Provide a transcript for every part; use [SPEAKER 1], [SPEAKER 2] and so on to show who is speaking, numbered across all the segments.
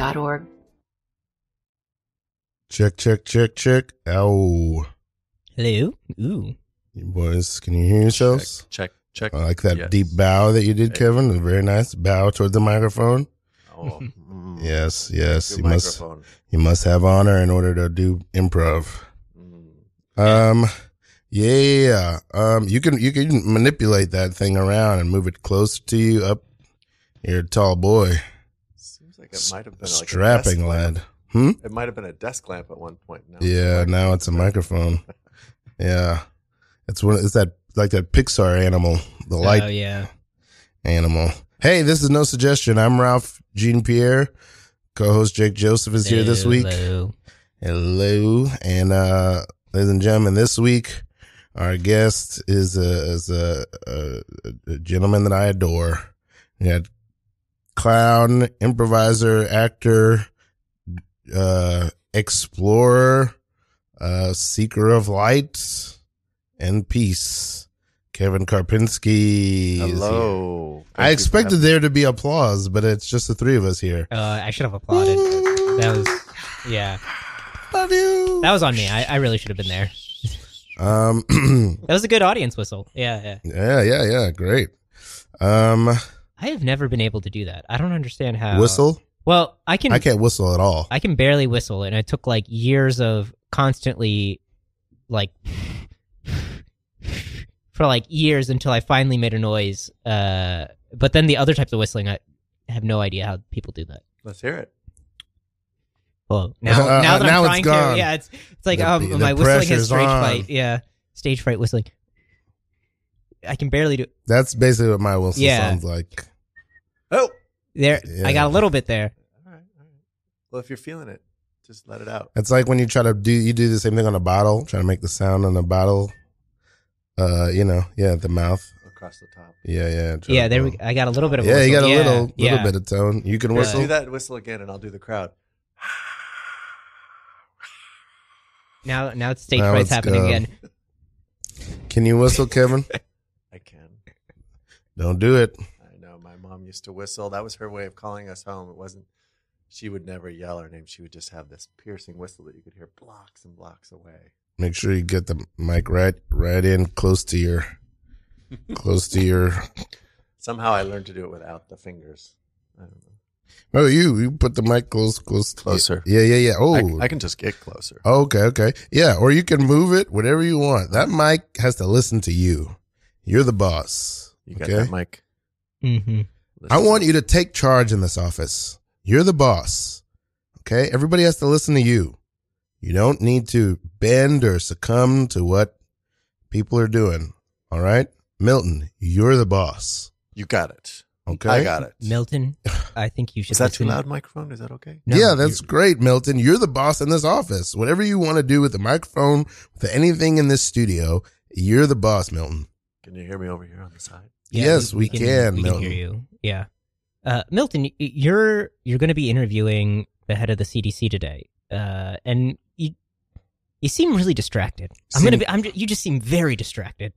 [SPEAKER 1] org.
[SPEAKER 2] Check, check, check, check. Ow.
[SPEAKER 3] Hello. Ooh.
[SPEAKER 2] You boys, can you hear yourselves?
[SPEAKER 4] Check, check.
[SPEAKER 2] I Oh, like that
[SPEAKER 4] Yes.
[SPEAKER 2] deep bow that you did,
[SPEAKER 4] Hey.
[SPEAKER 2] Kevin. A very nice bow toward the microphone.
[SPEAKER 4] Oh, mm.
[SPEAKER 2] Yes, yes.
[SPEAKER 4] Your
[SPEAKER 2] you must
[SPEAKER 4] microphone.
[SPEAKER 2] you must have honor in order to do improv.
[SPEAKER 4] Mm.
[SPEAKER 2] Um yeah. Um you can you can manipulate that thing around and move it closer to you up you're a tall boy.
[SPEAKER 4] Seems like it might have been like a desk
[SPEAKER 2] strapping
[SPEAKER 4] lamp.
[SPEAKER 2] lad. Hmm?
[SPEAKER 4] It might have been a desk lamp at one point. Now
[SPEAKER 2] Yeah, now it's a microphone. Yeah. It's one it's that like that Pixar animal, the light
[SPEAKER 3] Oh yeah.
[SPEAKER 2] animal. Hey, this is no suggestion. I'm Ralph Jean Pierre. Co-host Jake Joseph is here this week.
[SPEAKER 3] Hello.
[SPEAKER 2] Hello, and uh, ladies and gentlemen, this week our guest is a is a, a, a gentleman that I adore. We had clown, improviser, actor, uh, explorer, uh, seeker of light and peace. Kevin Karpinski. is here.
[SPEAKER 4] Hello. Thank
[SPEAKER 2] I
[SPEAKER 4] you for
[SPEAKER 2] expected
[SPEAKER 4] having-
[SPEAKER 2] there to be applause, but it's just the three of us here.
[SPEAKER 3] Uh, I should have applauded. That was yeah.
[SPEAKER 2] Love you.
[SPEAKER 3] That was on me. I, I really should have been there.
[SPEAKER 2] Um,
[SPEAKER 3] That was a good audience whistle. Yeah, yeah.
[SPEAKER 2] Yeah, yeah, yeah. Great. Um,
[SPEAKER 3] I have never been able to do that. I don't understand how
[SPEAKER 2] whistle.
[SPEAKER 3] Well, I can
[SPEAKER 2] I can't whistle at all.
[SPEAKER 3] I can barely whistle, and it took like years of constantly, like, for like years until I finally made a noise. Uh, but then the other types of whistling, I have no idea how people do that.
[SPEAKER 4] Let's hear it.
[SPEAKER 3] Well, now,
[SPEAKER 2] Uh,
[SPEAKER 3] now that
[SPEAKER 2] now
[SPEAKER 3] I'm
[SPEAKER 2] it's
[SPEAKER 3] trying
[SPEAKER 2] gone.
[SPEAKER 3] to, yeah, it's it's like
[SPEAKER 2] The-
[SPEAKER 3] um,
[SPEAKER 2] the
[SPEAKER 3] my whistling
[SPEAKER 2] pressure's
[SPEAKER 3] has stage
[SPEAKER 2] on.
[SPEAKER 3] fright. Yeah, stage fright whistling. I can barely do.
[SPEAKER 2] That's basically what my whistle
[SPEAKER 3] Yeah.
[SPEAKER 2] sounds like.
[SPEAKER 4] Oh.
[SPEAKER 3] There,
[SPEAKER 2] Yeah.
[SPEAKER 3] I got a little bit there.
[SPEAKER 4] All right. All right. Well, if you're feeling it, just let it out.
[SPEAKER 2] It's like when you try to do you do the same thing on a bottle, trying to make the sound on a bottle. Uh, you know, yeah, the mouth.
[SPEAKER 4] across the top.
[SPEAKER 2] Yeah, yeah. try
[SPEAKER 3] Yeah,
[SPEAKER 2] to-
[SPEAKER 3] there we. I got a little bit of. a
[SPEAKER 2] Yeah, you got a
[SPEAKER 3] whistle.
[SPEAKER 2] little little
[SPEAKER 3] yeah.
[SPEAKER 2] bit of tone. You can
[SPEAKER 3] Yeah.
[SPEAKER 4] Let's
[SPEAKER 2] whistle.
[SPEAKER 4] do that and whistle again, and I'll do the crowd.
[SPEAKER 3] Now, now it's stage
[SPEAKER 2] Now
[SPEAKER 3] fright's
[SPEAKER 2] it's
[SPEAKER 3] happening
[SPEAKER 2] gone.
[SPEAKER 3] again.
[SPEAKER 2] Can you whistle, Kevin?
[SPEAKER 4] I can.
[SPEAKER 2] Don't do it.
[SPEAKER 4] I know my mom used to whistle. That was her way of calling us home. It wasn't. She would never yell our name. She would just have this piercing whistle that you could hear blocks and blocks away.
[SPEAKER 2] Make sure you get the mic right right in close to your close to your
[SPEAKER 4] Somehow I learned to do it without the fingers. I don't know.
[SPEAKER 2] Oh, you you put the mic close close
[SPEAKER 4] Closer.
[SPEAKER 2] Yeah, yeah, yeah. Oh,
[SPEAKER 4] I, I can just get closer.
[SPEAKER 2] Okay, okay. Yeah, or you can move it whatever you want. That mic has to listen to you. You're the boss.
[SPEAKER 4] You got
[SPEAKER 2] Okay.
[SPEAKER 4] that mic?
[SPEAKER 3] Mm-hmm.
[SPEAKER 2] I want you to take charge in this office. You're the boss. Okay? Everybody has to listen to you. You don't need to bend or succumb to what people are doing. All right? Milton, you're the boss.
[SPEAKER 4] You got it.
[SPEAKER 2] Okay?
[SPEAKER 4] I got it. Is
[SPEAKER 3] Milton, I think you should.
[SPEAKER 4] that too
[SPEAKER 3] listen.
[SPEAKER 4] loud, microphone? Is that okay?
[SPEAKER 3] No,
[SPEAKER 2] yeah, that's
[SPEAKER 3] you-
[SPEAKER 2] great, Milton. You're the boss in this office. Whatever you want to do with the microphone, with anything in this studio, you're the boss, Milton.
[SPEAKER 4] Can you hear me over here on the side?
[SPEAKER 3] yeah,
[SPEAKER 2] yes, we can,
[SPEAKER 3] We
[SPEAKER 2] Milton.
[SPEAKER 3] can hear you. Yeah, uh, Milton, y- you're you're going to be interviewing the head of the CDC today, uh, and you you seem really distracted. I'm gonna
[SPEAKER 2] Seem-
[SPEAKER 3] be. I'm. ju- You just seem very distracted.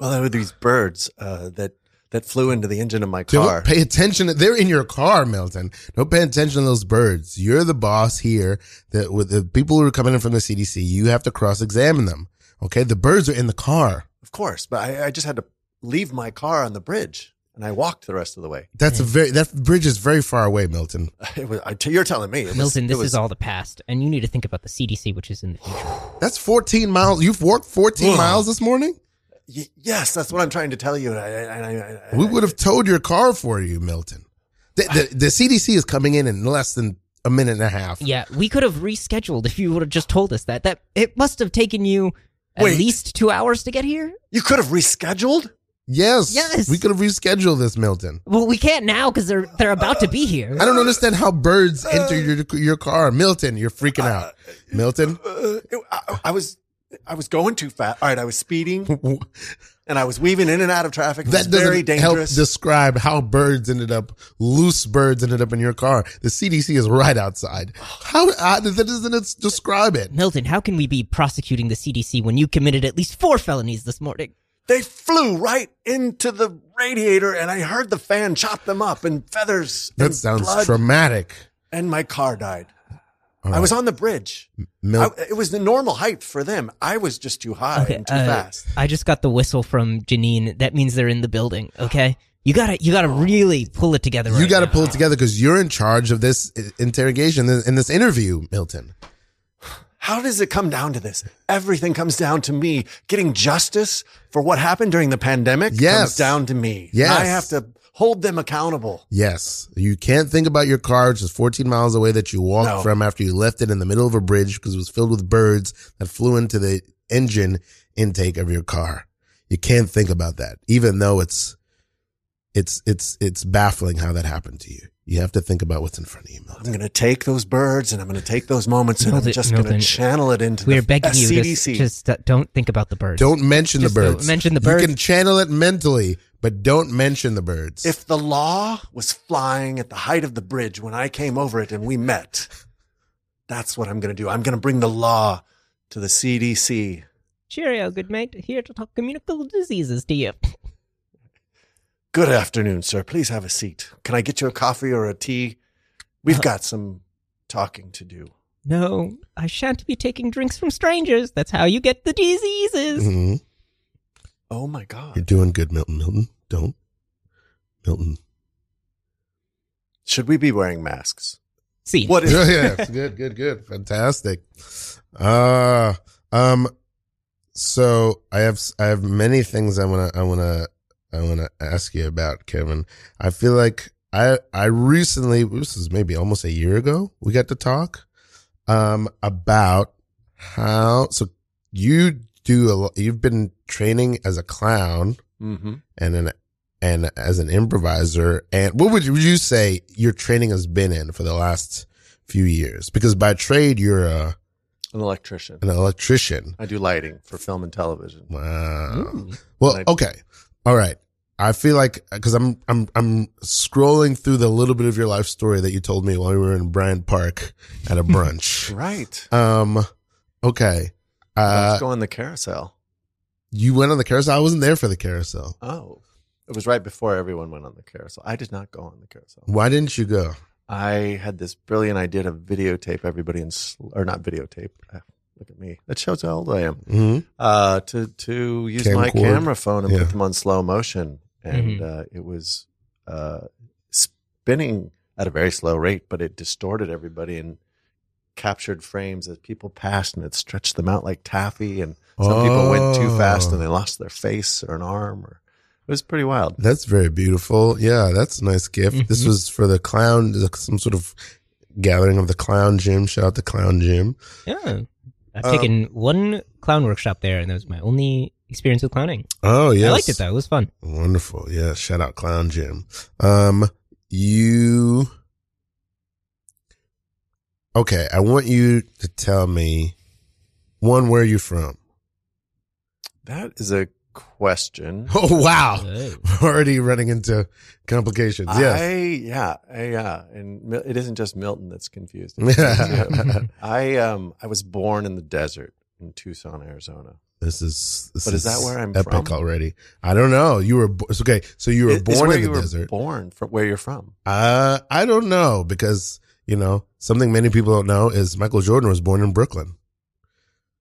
[SPEAKER 4] Well, there were these birds uh, that that flew into the engine of my
[SPEAKER 2] Don't
[SPEAKER 4] car.
[SPEAKER 2] pay attention. They're in your car, Milton. Don't pay attention to those birds. You're the boss here. That with the people who are coming in from the CDC, you have to cross-examine them. Okay, the birds are in the car.
[SPEAKER 4] Of course, but I, I just had to leave my car on the bridge, and I walked the rest of the way.
[SPEAKER 2] That's a very that bridge is very far away, Milton.
[SPEAKER 4] It was, I, you're telling me, it was-
[SPEAKER 3] Milton,
[SPEAKER 4] it
[SPEAKER 3] this
[SPEAKER 4] was-
[SPEAKER 3] is all the past, and you need to think about the CDC, which is in the future.
[SPEAKER 2] That's 14 miles. You've walked 14
[SPEAKER 4] Ugh.
[SPEAKER 2] miles this morning.
[SPEAKER 4] Y- yes, that's what I'm trying to tell you. And I, I, I, I,
[SPEAKER 2] We would have towed your car for you, Milton. The, the, the CDC is coming in in less than a minute and a half.
[SPEAKER 3] yeah, we could have rescheduled if you would have just told us that. That it must have taken you at
[SPEAKER 4] Wait.
[SPEAKER 3] least two hours to get here.
[SPEAKER 4] You could have rescheduled.
[SPEAKER 2] Yes.
[SPEAKER 3] Yes.
[SPEAKER 2] We could have rescheduled this, Milton.
[SPEAKER 3] Well, we can't now because they're they're about to be here.
[SPEAKER 2] I don't understand how birds
[SPEAKER 4] Uh,
[SPEAKER 2] enter your your car, Milton. You're freaking out, Milton.
[SPEAKER 4] Uh, it- I, I was, I was going too fast. All right, I was speeding
[SPEAKER 2] That
[SPEAKER 4] and I was weaving in and out of traffic. It was very
[SPEAKER 2] doesn't help
[SPEAKER 4] dangerous.
[SPEAKER 2] describe how birds ended up. Loose birds ended up in your car. The CDC is right outside. How uh, that doesn't it describe it?
[SPEAKER 3] Milton, how can we be prosecuting the CDC when you committed at least four felonies this morning?
[SPEAKER 4] they flew right into the radiator, and I heard the fan chop them up and feathers.
[SPEAKER 2] That
[SPEAKER 4] and
[SPEAKER 2] sounds
[SPEAKER 4] blood.
[SPEAKER 2] traumatic.
[SPEAKER 4] and my car died.
[SPEAKER 2] All
[SPEAKER 4] I
[SPEAKER 2] right.
[SPEAKER 4] was on the bridge.
[SPEAKER 2] Mil-
[SPEAKER 4] I- it was the normal height for them. I was just too high
[SPEAKER 3] Okay,
[SPEAKER 4] and too
[SPEAKER 3] uh,
[SPEAKER 4] fast.
[SPEAKER 3] I just got the whistle from Janine. That means they're in the building. Okay, you gotta you gotta really pull it together.
[SPEAKER 2] you
[SPEAKER 3] right
[SPEAKER 2] got to
[SPEAKER 3] now.
[SPEAKER 2] pull it together because you're in charge of this i- interrogation th- in this interview, Milton.
[SPEAKER 4] How does it come down to this? Everything comes down to me. Getting justice for what happened during the pandemic
[SPEAKER 2] Yes.
[SPEAKER 4] comes down to me.
[SPEAKER 2] Yes.
[SPEAKER 4] I have to hold them accountable.
[SPEAKER 2] Yes, you can't think about your car, which is 14 miles away, that you walked
[SPEAKER 4] No.
[SPEAKER 2] from after you left it in the middle of a bridge because it was filled with birds that flew into the engine intake of your car. You can't think about that, even though it's it's it's it's baffling how that happened to you. You have to think about what's in front of you,
[SPEAKER 4] I'm
[SPEAKER 2] Milton.
[SPEAKER 4] going to take those birds and I'm going to take those moments and
[SPEAKER 3] Milton-
[SPEAKER 4] I'm just going to
[SPEAKER 3] Milton,
[SPEAKER 4] channel it into
[SPEAKER 3] We're
[SPEAKER 4] the
[SPEAKER 3] begging you just,
[SPEAKER 4] SCDC.
[SPEAKER 3] just uh, don't think about the birds.
[SPEAKER 2] Don't mention
[SPEAKER 3] Just
[SPEAKER 2] the
[SPEAKER 3] don't
[SPEAKER 2] birds.
[SPEAKER 3] mention the
[SPEAKER 2] You
[SPEAKER 3] birds.
[SPEAKER 2] can channel it mentally, but don't mention the birds.
[SPEAKER 4] if the law was flying at the height of the bridge when I came over it and we met, that's what I'm going to do. I'm going to bring the law to the CDC.
[SPEAKER 3] Cheerio, good mate. Here to talk communicable diseases to you.
[SPEAKER 4] Good afternoon, sir. Please have a seat. Can I get you a coffee or a tea? We've got some talking to do.
[SPEAKER 3] No, I shan't be taking drinks from strangers. That's how you get the diseases.
[SPEAKER 2] Mhm.
[SPEAKER 4] Oh my
[SPEAKER 2] You're
[SPEAKER 4] God.
[SPEAKER 2] doing good, Milton. Milton, don't. Milton.
[SPEAKER 4] Should we be wearing masks?
[SPEAKER 3] See,
[SPEAKER 4] What is
[SPEAKER 2] yeah, yeah, it's good, good, good. Fantastic. Uh um so I have I have many things I want to I want to I want to ask you about, Kevin. I feel like I I recently this is maybe almost a year ago we got to talk um about how so you do a lot, you've been training as a clown
[SPEAKER 4] Mm-hmm.
[SPEAKER 2] and an and as an improviser and what would you, would you say your training has been in for the last few years because by trade you're a,
[SPEAKER 4] An electrician.
[SPEAKER 2] an electrician
[SPEAKER 4] I do lighting for film and television. Mm,
[SPEAKER 2] wow
[SPEAKER 3] Ooh.
[SPEAKER 2] well
[SPEAKER 4] I-
[SPEAKER 2] okay all right i feel like because i'm i'm i'm scrolling through the little bit of your life story that you told me while we were in bryant park at a brunch
[SPEAKER 4] Right.
[SPEAKER 2] um okay uh
[SPEAKER 4] Let's go on the carousel.
[SPEAKER 2] you went on the carousel i wasn't there for the carousel
[SPEAKER 4] Oh. It was right before everyone went on the carousel. I did not go on the carousel.
[SPEAKER 2] why didn't you go
[SPEAKER 4] I had this brilliant idea to videotape everybody in, sl- or not videotape. Ah, Look at me. That shows how old I am.
[SPEAKER 2] hmm
[SPEAKER 4] uh, to to use my
[SPEAKER 2] Camcorder.
[SPEAKER 4] camera phone and
[SPEAKER 2] Yeah.
[SPEAKER 4] put them on slow motion, and uh, it was uh, spinning at a very slow rate, but it distorted everybody and captured frames as people passed, and it stretched them out like taffy, and some people went too fast
[SPEAKER 2] Oh.
[SPEAKER 4] and they lost their face or an arm, or it was pretty wild.
[SPEAKER 2] That's very beautiful. Yeah, that's a nice gift. This
[SPEAKER 3] Mhm.
[SPEAKER 2] was for the clown, some sort of gathering of the clown gym. Shout out to clown gym.
[SPEAKER 3] Yeah. I've
[SPEAKER 2] Um,
[SPEAKER 3] taken one clown workshop there, and that was my only experience with clowning.
[SPEAKER 2] Oh, yes.
[SPEAKER 3] I liked it though; it was fun.
[SPEAKER 2] Wonderful. Yeah. Shout out clown gym. Um, you. Okay. I want you to tell me one, where are you from?
[SPEAKER 4] That is a question.
[SPEAKER 2] Oh, wow.
[SPEAKER 3] Oh.
[SPEAKER 2] We're already running into complications. Yes.
[SPEAKER 4] I yeah I- yeah, and Mil- it isn't just Milton that's confused. I um I was born in the desert in Tucson, Arizona.
[SPEAKER 2] this is, this
[SPEAKER 4] But is that where I'm
[SPEAKER 2] epic
[SPEAKER 4] from?
[SPEAKER 2] already. I don't know. You were, bo- it's okay. So you were
[SPEAKER 4] It- it's
[SPEAKER 2] born
[SPEAKER 4] where
[SPEAKER 2] in the
[SPEAKER 4] you were
[SPEAKER 2] desert.
[SPEAKER 4] born from where you're from.
[SPEAKER 2] Uh, I don't know because you know something many people don't know is Michael Jordan was born in Brooklyn.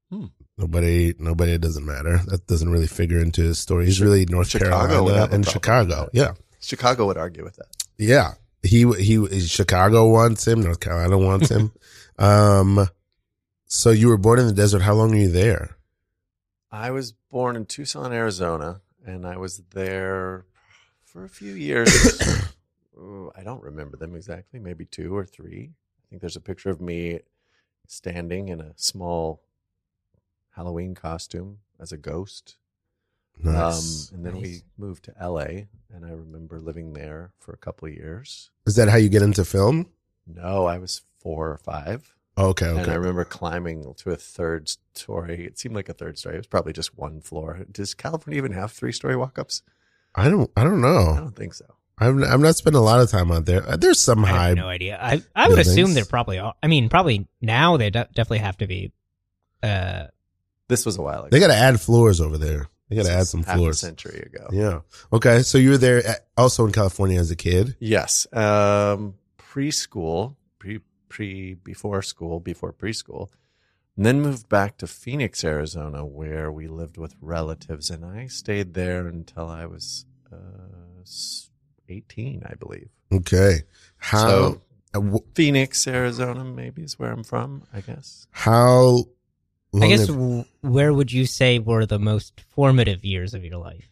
[SPEAKER 4] Hmm.
[SPEAKER 2] Nobody, nobody. It doesn't matter. That doesn't really figure into his story. He's really North
[SPEAKER 4] Chicago would
[SPEAKER 2] Carolina
[SPEAKER 4] have a
[SPEAKER 2] and
[SPEAKER 4] problem.
[SPEAKER 2] Chicago. Yeah,
[SPEAKER 4] Chicago would argue with that.
[SPEAKER 2] yeah. He he. Chicago wants him. North Carolina wants him. um, so you were born in the desert. How long were you there?
[SPEAKER 4] I was born in Tucson, Arizona, and I was there for a few years. Ooh, I don't remember them exactly, maybe two or three. I think there's a picture of me standing in a small Halloween costume as a ghost.
[SPEAKER 2] Nice.
[SPEAKER 4] Um, and then
[SPEAKER 3] Nice.
[SPEAKER 4] we moved to LA, and I remember living there for a couple of years.
[SPEAKER 2] Is that how you get into film?
[SPEAKER 4] No, I was four or five.
[SPEAKER 2] Okay,
[SPEAKER 4] And I
[SPEAKER 2] okay.
[SPEAKER 4] remember climbing to a third story. It seemed like a third story. It was probably just one floor. Does California even have three story walk ups?
[SPEAKER 2] I don't. I don't
[SPEAKER 4] I
[SPEAKER 2] know.
[SPEAKER 4] don't think so.
[SPEAKER 2] I've I've not spent a lot of time out there. Uh, There's some
[SPEAKER 3] I
[SPEAKER 2] high
[SPEAKER 3] have no idea. I I would
[SPEAKER 2] Buildings.
[SPEAKER 3] assume they're probably. All, I mean, probably now they de- definitely have to be. Uh,
[SPEAKER 4] This was a while ago.
[SPEAKER 2] They got to add floors over there. They got
[SPEAKER 4] This
[SPEAKER 2] to add
[SPEAKER 4] was
[SPEAKER 2] some
[SPEAKER 4] half A
[SPEAKER 2] floors.
[SPEAKER 4] century ago.
[SPEAKER 2] Yeah. Okay. So you were there at, also in California as a kid.
[SPEAKER 4] Yes. Um, preschool, pre pre before school, before preschool, and then moved back to Phoenix, Arizona, where we lived with relatives, and I stayed there until I was uh, s- eighteen, I believe.
[SPEAKER 2] Okay. How
[SPEAKER 4] So-
[SPEAKER 2] uh, wh-
[SPEAKER 4] Phoenix, Arizona, maybe is where I'm from. I guess
[SPEAKER 2] how long
[SPEAKER 3] I guess
[SPEAKER 2] have-
[SPEAKER 3] w- where would you say were the most formative years of your life?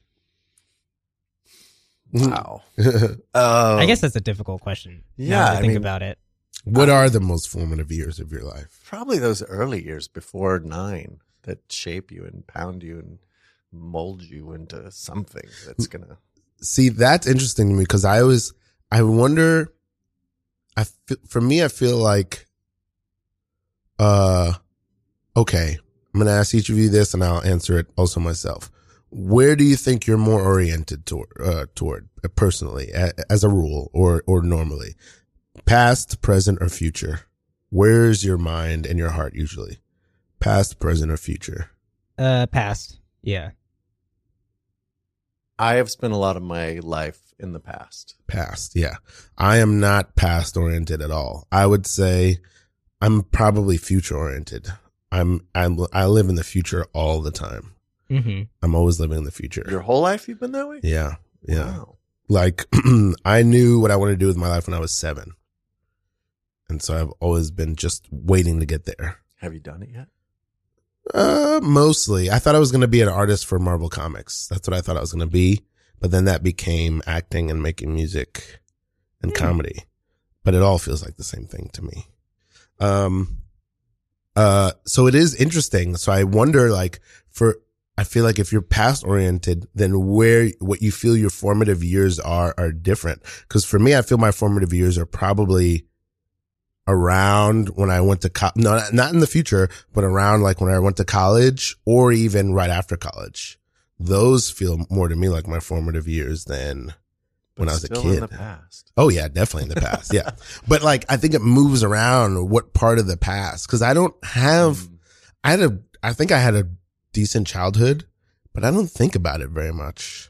[SPEAKER 2] Mm-hmm.
[SPEAKER 4] Oh,
[SPEAKER 3] I guess that's a difficult question. now
[SPEAKER 4] Yeah,
[SPEAKER 3] that I
[SPEAKER 4] I
[SPEAKER 3] think
[SPEAKER 4] mean-
[SPEAKER 3] about it.
[SPEAKER 2] what are the most formative years of your life?
[SPEAKER 4] probably those early years before nine that shape you and pound you and mold you into something that's
[SPEAKER 2] Mm.
[SPEAKER 4] gonna
[SPEAKER 2] See, that's interesting to me because I always I wonder I fe- for me I feel like uh okay, I'm going to ask each of you this and I'll answer it also myself. Where do you think you're more oriented toward uh, toward uh, personally a- as a rule or or normally? Past, present or future? Where's your mind and your heart usually? Past, present or future?
[SPEAKER 3] Uh, past. Yeah.
[SPEAKER 4] I have spent a lot of my life in the past.
[SPEAKER 2] past. Yeah. I am not past oriented at all. I would say I'm probably future oriented. I'm, I'm, I live in the future all the time.
[SPEAKER 3] hmm
[SPEAKER 2] I'm always living in the future.
[SPEAKER 4] Your whole life you've been that way?
[SPEAKER 2] yeah. Yeah.
[SPEAKER 4] Wow.
[SPEAKER 2] Like I knew what I wanted to do with my life when I was seven. And so I've always been just waiting to get there.
[SPEAKER 4] Have you done it yet?
[SPEAKER 2] Uh, mostly. I thought I was going to be an artist for Marvel Comics. That's what I thought I was going to be. But then that became acting and making music and
[SPEAKER 3] Hmm.
[SPEAKER 2] comedy. But it all feels like the same thing to me. Um, uh, so it is interesting. So I wonder, like, for, I feel like if you're past oriented, then where, what you feel your formative years are, are different. Cause for me, I feel my formative years are probably around when I went to co- no, not- not in the future, but around like when I went to college or even right after college. Those feel more to me like my formative years than, When I was a
[SPEAKER 4] still
[SPEAKER 2] kid.
[SPEAKER 4] in the past.
[SPEAKER 2] oh yeah, definitely in the past. yeah. But like, I think it moves around what part of the past. Cause I don't have,
[SPEAKER 4] Mm.
[SPEAKER 2] I had a, I think I had a decent childhood, but I don't think about it very much.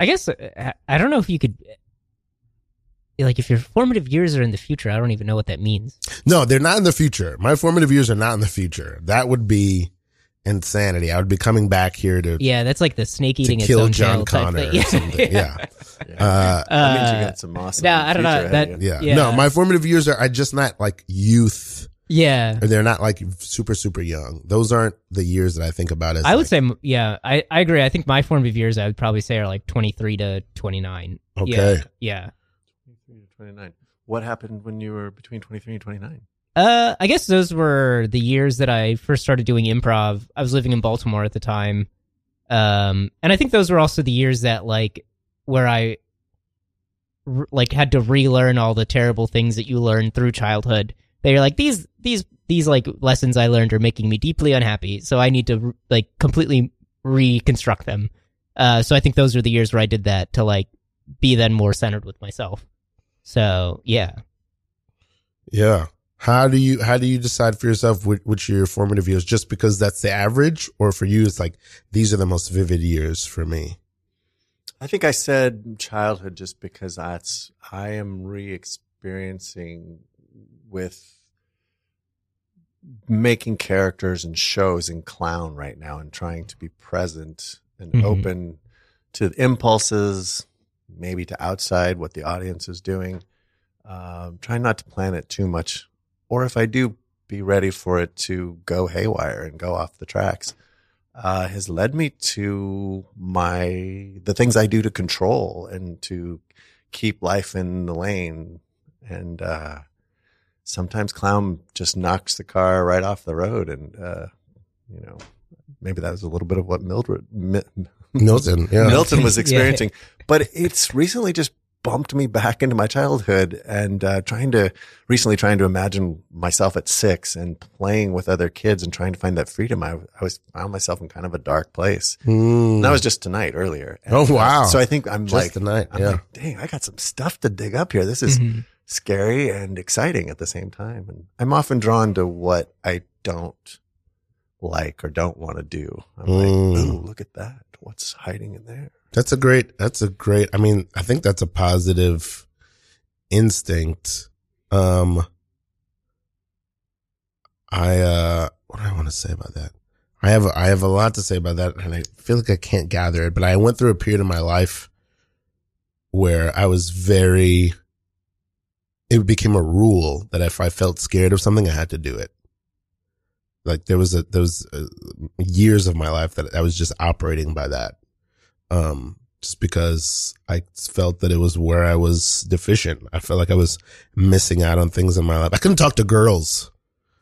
[SPEAKER 3] I guess uh, I- I don't know if you could. uh, Like, if your formative years are in the future, I don't even know what that means.
[SPEAKER 2] No, they're not in the future. My formative years are not in the future. That would be insanity. I would be coming back here to,
[SPEAKER 3] Yeah, that's like the snake
[SPEAKER 2] to
[SPEAKER 3] eating its
[SPEAKER 2] kill
[SPEAKER 3] own
[SPEAKER 2] John
[SPEAKER 3] tail type
[SPEAKER 2] Connor
[SPEAKER 3] thing.
[SPEAKER 2] or something. Yeah.
[SPEAKER 4] yeah.
[SPEAKER 2] Uh,
[SPEAKER 4] that means you
[SPEAKER 3] Uh,
[SPEAKER 4] got some awesome.
[SPEAKER 3] no, I don't know,
[SPEAKER 4] future
[SPEAKER 3] that-
[SPEAKER 4] ahead of you.
[SPEAKER 2] yeah.
[SPEAKER 3] Yeah.
[SPEAKER 2] No, my formative years are, are just not like youth.
[SPEAKER 3] yeah.
[SPEAKER 2] Or they're not like super, super young. Those aren't the years that I think about as
[SPEAKER 3] I would
[SPEAKER 2] like,
[SPEAKER 3] say, m- yeah, I, I agree. I think my formative years, I would probably say, are like 23 to 29.
[SPEAKER 2] okay.
[SPEAKER 3] Yeah.
[SPEAKER 4] 23 to 29. What happened when you were between 23 and 29?
[SPEAKER 3] yeah. Uh, I guess those were the years that I first started doing improv. I was living in Baltimore at the time. Um, and I think those were also the years that, like, where I, r- like, had to relearn all the terrible things that you learned through childhood. They're like, these, these, these, like, lessons I learned are making me deeply unhappy. So I need to, r- like, completely reconstruct them. Uh, so I think those are the years where I did that to, like, be then more centered with myself. So, yeah.
[SPEAKER 2] Yeah. How do you how do you decide for yourself which, which are your formative years? Just because that's the average, or for you, it's like these are the most vivid years for me.
[SPEAKER 4] I think I said childhood just because that's I am re-experiencing with making characters and shows and clown right now and trying to be present and
[SPEAKER 3] Mhm.
[SPEAKER 4] open to the impulses, maybe to outside what the audience is doing. Um, trying not to plan it too much, or if I do, be ready for it to go haywire and go off the tracks uh, has led me to my the things I do to control and to keep life in the lane. And uh, sometimes clown just knocks the car right off the road, and uh, you know maybe that was a little bit of what Mildred Mi-
[SPEAKER 2] Milton, yeah.
[SPEAKER 4] Milton was
[SPEAKER 3] Yeah.
[SPEAKER 4] experiencing. But it's recently just bumped me back into my childhood and uh, trying to recently trying to imagine myself at six and playing with other kids and trying to find that freedom. I, I was found myself in kind of a dark place.
[SPEAKER 2] Mm.
[SPEAKER 4] And that was just tonight earlier. And,
[SPEAKER 2] Oh,
[SPEAKER 4] uh,
[SPEAKER 2] wow.
[SPEAKER 4] so I think I'm
[SPEAKER 2] just
[SPEAKER 4] like,
[SPEAKER 2] the night.
[SPEAKER 4] I'm
[SPEAKER 2] Yeah. Mm-hmm.
[SPEAKER 4] like, dang, I got some stuff to dig up here. This is
[SPEAKER 3] Mhm.
[SPEAKER 4] scary and exciting at the same time. And I'm often drawn to what I don't like or don't want to do. I'm
[SPEAKER 2] Mm.
[SPEAKER 4] like, oh, look at that. What's hiding in there?
[SPEAKER 2] That's a great. That's a great. I mean, I think that's a positive instinct. Um, I uh, what do I want to say about that? I have I have a lot to say about that, and I feel like I can't gather it. But I went through a period in my life where I was very. It became a rule that if I felt scared of something, I had to do it. Like there was a there was uh years of my life that I was just operating by that, um, just because I felt that it was where I was deficient. I felt like I was missing out on things in my life. I couldn't talk to girls.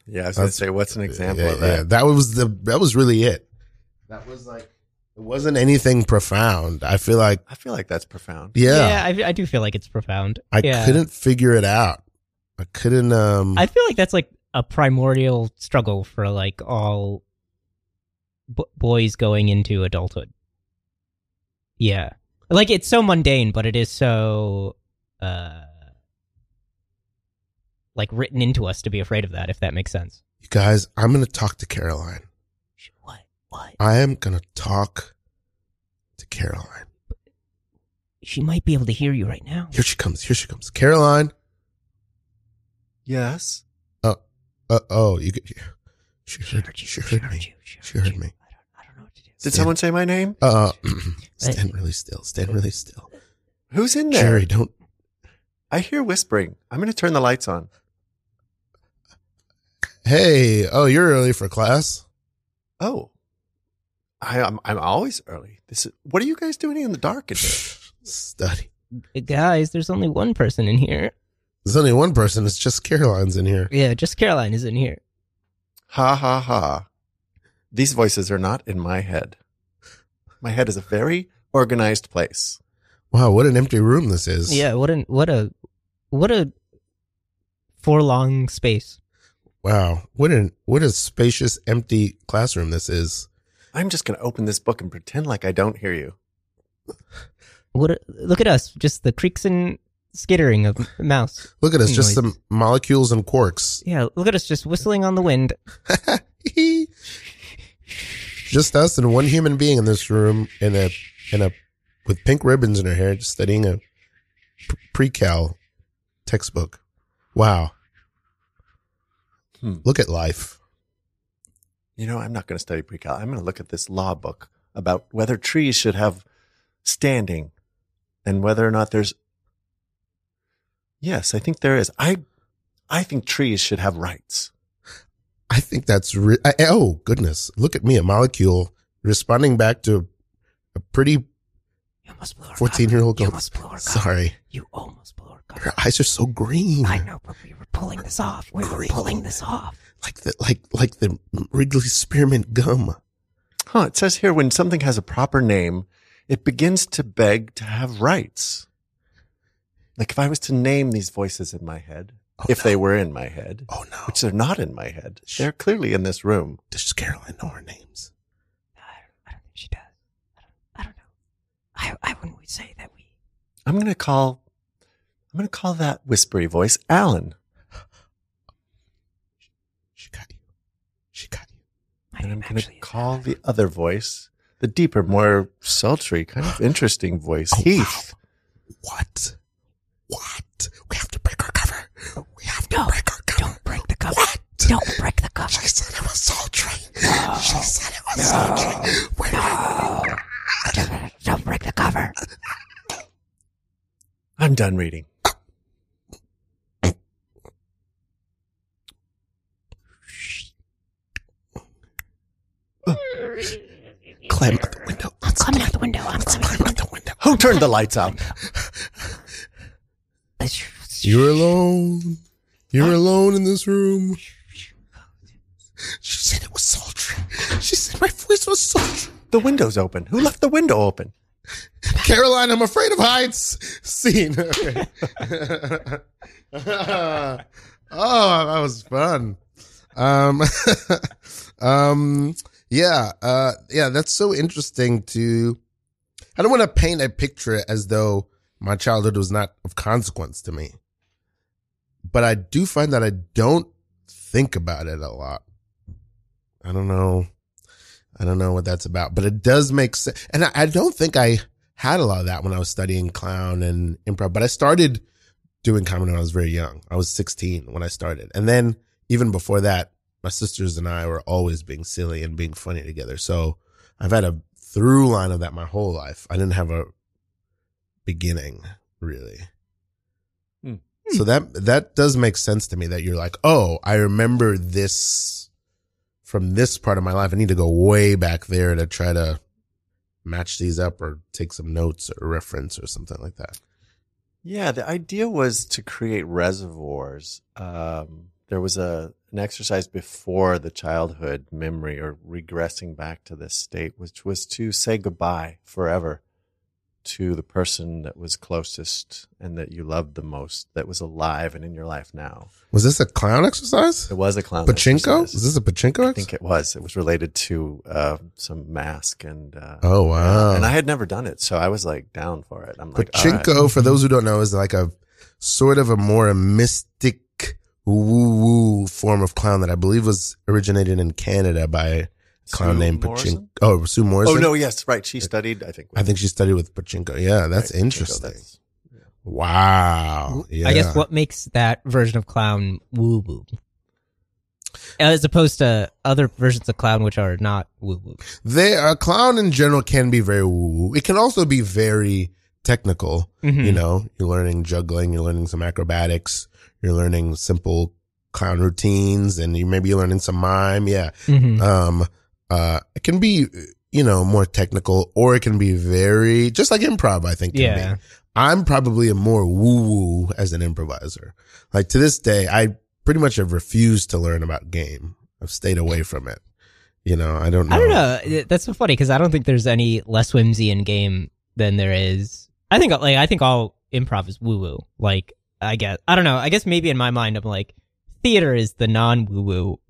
[SPEAKER 4] Yeah, I was gonna
[SPEAKER 2] That's-
[SPEAKER 4] say, what's an example
[SPEAKER 2] Yeah,
[SPEAKER 4] of that?
[SPEAKER 2] yeah. That was the that was really it. That was like it wasn't anything profound. I feel like
[SPEAKER 4] I feel like that's profound.
[SPEAKER 2] yeah,
[SPEAKER 3] I, I do feel like it's profound.
[SPEAKER 2] I
[SPEAKER 3] yeah.
[SPEAKER 2] couldn't figure it out. I couldn't um
[SPEAKER 3] I feel like that's like a primordial struggle for like all b- boys going into adulthood. Yeah. Like it's so mundane, but it is so uh like written into us to be afraid of that if that makes sense.
[SPEAKER 2] you guys, I'm going to talk to Caroline.
[SPEAKER 3] What? What?
[SPEAKER 2] I am going to talk to Caroline.
[SPEAKER 3] She might be able to hear you right now.
[SPEAKER 2] Here she comes. Here she comes. Caroline.
[SPEAKER 4] Yes.
[SPEAKER 2] Uh oh, you could, she
[SPEAKER 3] She
[SPEAKER 2] heard,
[SPEAKER 3] heard you.
[SPEAKER 2] she heard me.
[SPEAKER 3] you.
[SPEAKER 2] She heard
[SPEAKER 3] you.
[SPEAKER 2] me.
[SPEAKER 3] I don't, I don't know what to do.
[SPEAKER 4] Did
[SPEAKER 2] Yeah.
[SPEAKER 4] someone say my name?
[SPEAKER 2] Uh stand really still. Stand really still.
[SPEAKER 4] Who's in there?
[SPEAKER 2] Jerry, don't
[SPEAKER 4] I hear whispering. I'm going to turn the lights on.
[SPEAKER 2] Hey, oh, you're early for class.
[SPEAKER 4] Oh, I, I'm I'm always early. This is what are you guys doing in the dark in here?
[SPEAKER 2] Study.
[SPEAKER 3] Uh, Guys, there's only one person in here.
[SPEAKER 2] There's only one person. It's just Caroline's in here.
[SPEAKER 3] Yeah, just Caroline is in here.
[SPEAKER 4] Ha ha ha! These voices are not in my head. My head is a very organized place.
[SPEAKER 2] Wow, what an empty room this is.
[SPEAKER 3] Yeah, what an what a what a forlong space.
[SPEAKER 2] Wow, what an what a spacious, empty classroom this is.
[SPEAKER 4] I'm just going to open this book and pretend like I don't hear you.
[SPEAKER 3] What a, look at us, just the creaks and skittering of the mouse.
[SPEAKER 2] Look at us, just
[SPEAKER 3] Nice.
[SPEAKER 2] some molecules and quarks.
[SPEAKER 3] Yeah, look at us just whistling on the wind.
[SPEAKER 2] just us and one human being in this room in a in a with pink ribbons in her hair, just studying a pre cal textbook. Wow.
[SPEAKER 4] Hmm.
[SPEAKER 2] Look at life.
[SPEAKER 4] You know, I'm not going to study pre-cal. I'm going to look at this law book about whether trees should have standing and whether or not there's Yes, I think there is. I I think trees should have rights.
[SPEAKER 2] I think that's re- I, oh goodness! Look at me, a molecule responding back to a pretty
[SPEAKER 3] You almost blew our
[SPEAKER 2] fourteen-year-old
[SPEAKER 3] You
[SPEAKER 2] girl.
[SPEAKER 3] almost blew our
[SPEAKER 2] Sorry,
[SPEAKER 3] You almost blew our
[SPEAKER 2] her eyes are so green,
[SPEAKER 3] I know, but we were pulling this off. We were pulling this off.
[SPEAKER 2] like the like like the Wrigley spearmint gum.
[SPEAKER 4] Huh, it says here when something has a proper name, it begins to beg to have rights. Like if I was to name these voices in my head,
[SPEAKER 2] Oh,
[SPEAKER 4] if
[SPEAKER 2] no.
[SPEAKER 4] they were in my head,
[SPEAKER 2] oh no,
[SPEAKER 4] which they're not in my head. They're clearly in this room.
[SPEAKER 2] does Caroline know our names?
[SPEAKER 3] I don't, I don't think she does. I don't, I don't know. I, I wouldn't say that we.
[SPEAKER 4] I'm gonna call. I'm gonna call that whispery voice Alan,
[SPEAKER 2] She got you. She got you.
[SPEAKER 3] My
[SPEAKER 4] and I'm
[SPEAKER 3] name
[SPEAKER 4] gonna
[SPEAKER 3] actually is
[SPEAKER 4] call the other voice, the deeper, more sultry, kind of interesting voice,
[SPEAKER 2] Oh,
[SPEAKER 4] Heath.
[SPEAKER 2] wow. What? What? We have to break our cover. We have to
[SPEAKER 3] No,
[SPEAKER 2] break our cover.
[SPEAKER 3] Don't break the cover.
[SPEAKER 2] What?
[SPEAKER 3] Don't break the cover.
[SPEAKER 2] She said it was sultry.
[SPEAKER 3] No.
[SPEAKER 2] She said it was
[SPEAKER 3] No.
[SPEAKER 2] sultry. Wait,
[SPEAKER 3] No. Don't, don't break the cover.
[SPEAKER 4] I'm done reading.
[SPEAKER 2] climb out the window. Let's
[SPEAKER 3] Coming out the window. I'm coming out
[SPEAKER 2] climb out the window.
[SPEAKER 4] Who turned the lights out?
[SPEAKER 3] the window.
[SPEAKER 2] You're alone. You're alone in this room. She said it was sultry. She said my voice was sultry.
[SPEAKER 4] The window's open. Who left the window open?
[SPEAKER 2] Caroline, I'm afraid of heights. Scene. Okay. oh, that was fun. Um, um, yeah, uh, yeah, that's so interesting to. I don't want to paint a picture as though my childhood was not of consequence to me, but I do find that I don't think about it a lot. I don't know. I don't know what that's about, but it does make sense. And I, I don't think I had a lot of that when I was studying clown and improv, but I started doing comedy when I was very young. I was 16 when I started. And then even before that, my sisters and I were always being silly and being funny together. So I've had a through line of that my whole life. I didn't have a beginning really.
[SPEAKER 4] Hmm.
[SPEAKER 2] So that that does make sense to me that you're like, "Oh, I remember this from this part of my life. I need to go way back there to try to match these up or take some notes or reference or something like that."
[SPEAKER 4] Yeah, the idea was to create reservoirs. Um, there was a an exercise before the childhood memory or regressing back to this state, which was to say goodbye forever to the person that was closest and that you loved the most, that was alive and in your life now.
[SPEAKER 2] Was this a clown exercise?
[SPEAKER 4] It was a clown.
[SPEAKER 2] Pachinko?
[SPEAKER 4] exercise.
[SPEAKER 2] Is this a pachinko?
[SPEAKER 4] I think it was. It was related to uh, some mask and. Uh,
[SPEAKER 2] oh wow!
[SPEAKER 4] And I had never done it, so I was like down for it. I'm like, all right.
[SPEAKER 2] pachinko, for those who don't know, is like a sort of a more mystic woo woo form of clown that I believe was originated in Canada by a clown
[SPEAKER 4] Sue
[SPEAKER 2] named
[SPEAKER 4] Morrison?
[SPEAKER 2] Pachinko. Oh, Sue Morrison.
[SPEAKER 4] Oh no, yes, right. She studied, I think.
[SPEAKER 2] I think she studied with pachinko. Yeah, that's
[SPEAKER 4] Right, Pachinko,
[SPEAKER 2] interesting.
[SPEAKER 4] that's-
[SPEAKER 2] wow. Yeah.
[SPEAKER 3] I guess what makes that version of clown woo woo, as opposed to other versions of clown which are not woo woo.
[SPEAKER 2] they a clown in general can be very woo woo. It can also be very technical.
[SPEAKER 3] Hmm. Mm-hmm.
[SPEAKER 2] you know you're learning juggling you're learning some acrobatics you're learning simple clown routines and you maybe you're learning some mime yeah
[SPEAKER 3] Mm-hmm. Hmm.
[SPEAKER 2] um uh it can be you know more technical or it can be very just like improv i think can
[SPEAKER 3] Yeah.
[SPEAKER 2] be. i'm probably a more woo woo as an improviser like to this day i pretty much have refused to learn about game i've stayed away from it you know i don't know
[SPEAKER 3] I don't know. That's so funny because I don't think there's any less whimsy in game than there is. I think like I think all improv is woo woo. Like I guess I don't know. I guess maybe in my mind I'm like theater is the non woo woo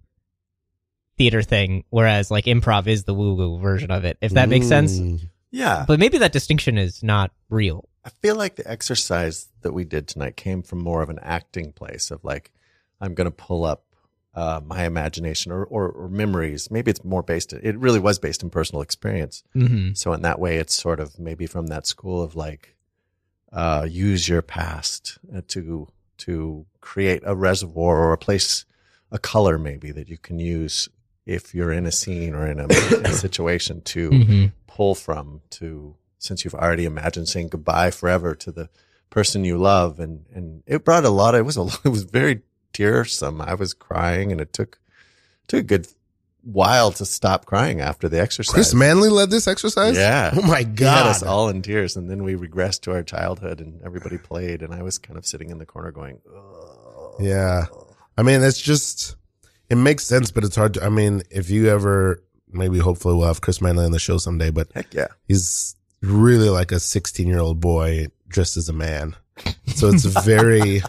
[SPEAKER 3] theater thing, whereas like improv is the woo woo version of it. If that makes sense.
[SPEAKER 2] Mm.
[SPEAKER 4] Yeah,
[SPEAKER 3] But maybe that distinction is not real.
[SPEAKER 4] I feel like the exercise that we did tonight came from more of an acting place of like, I'm going to pull up uh, my imagination or, or, or memories. Maybe it's more based. It really was based in personal experience.
[SPEAKER 3] Mm-hmm.
[SPEAKER 4] So in that way, it's sort of maybe from that school of like, uh, use your past uh, to to create a reservoir or a place, a color maybe that you can use if you're in a scene or in a, in a situation to
[SPEAKER 3] Mm-hmm.
[SPEAKER 4] pull from to since you've already imagined saying goodbye forever to the person you love and and it brought a lot it was a it was very tearsome i was crying and it took took a good while to stop crying after the exercise
[SPEAKER 2] chris manley led this exercise
[SPEAKER 4] Yeah.
[SPEAKER 2] oh my
[SPEAKER 4] he had
[SPEAKER 2] god
[SPEAKER 4] us all in tears and then we regressed to our childhood and everybody played and i was kind of sitting in the corner going "Ugh."
[SPEAKER 2] Yeah. I mean, that's just, it makes sense, but it's hard to, I mean, if you ever, maybe hopefully we'll have Chris Manley on the show someday, but
[SPEAKER 4] heck yeah
[SPEAKER 2] he's really like a 16 year old boy dressed as a man. So it's very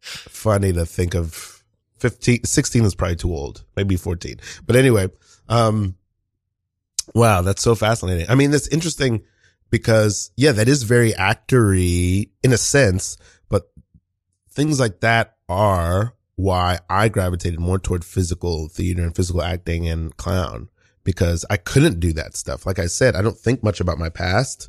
[SPEAKER 2] funny to think of 15, 16 is probably too old, maybe 14. But anyway, um, wow, that's so fascinating. I mean, that's interesting because yeah, that is very actory in a sense, but things like that are why I gravitated more toward physical theater and physical acting and clown because I couldn't do that stuff. Like I said, I don't think much about my past.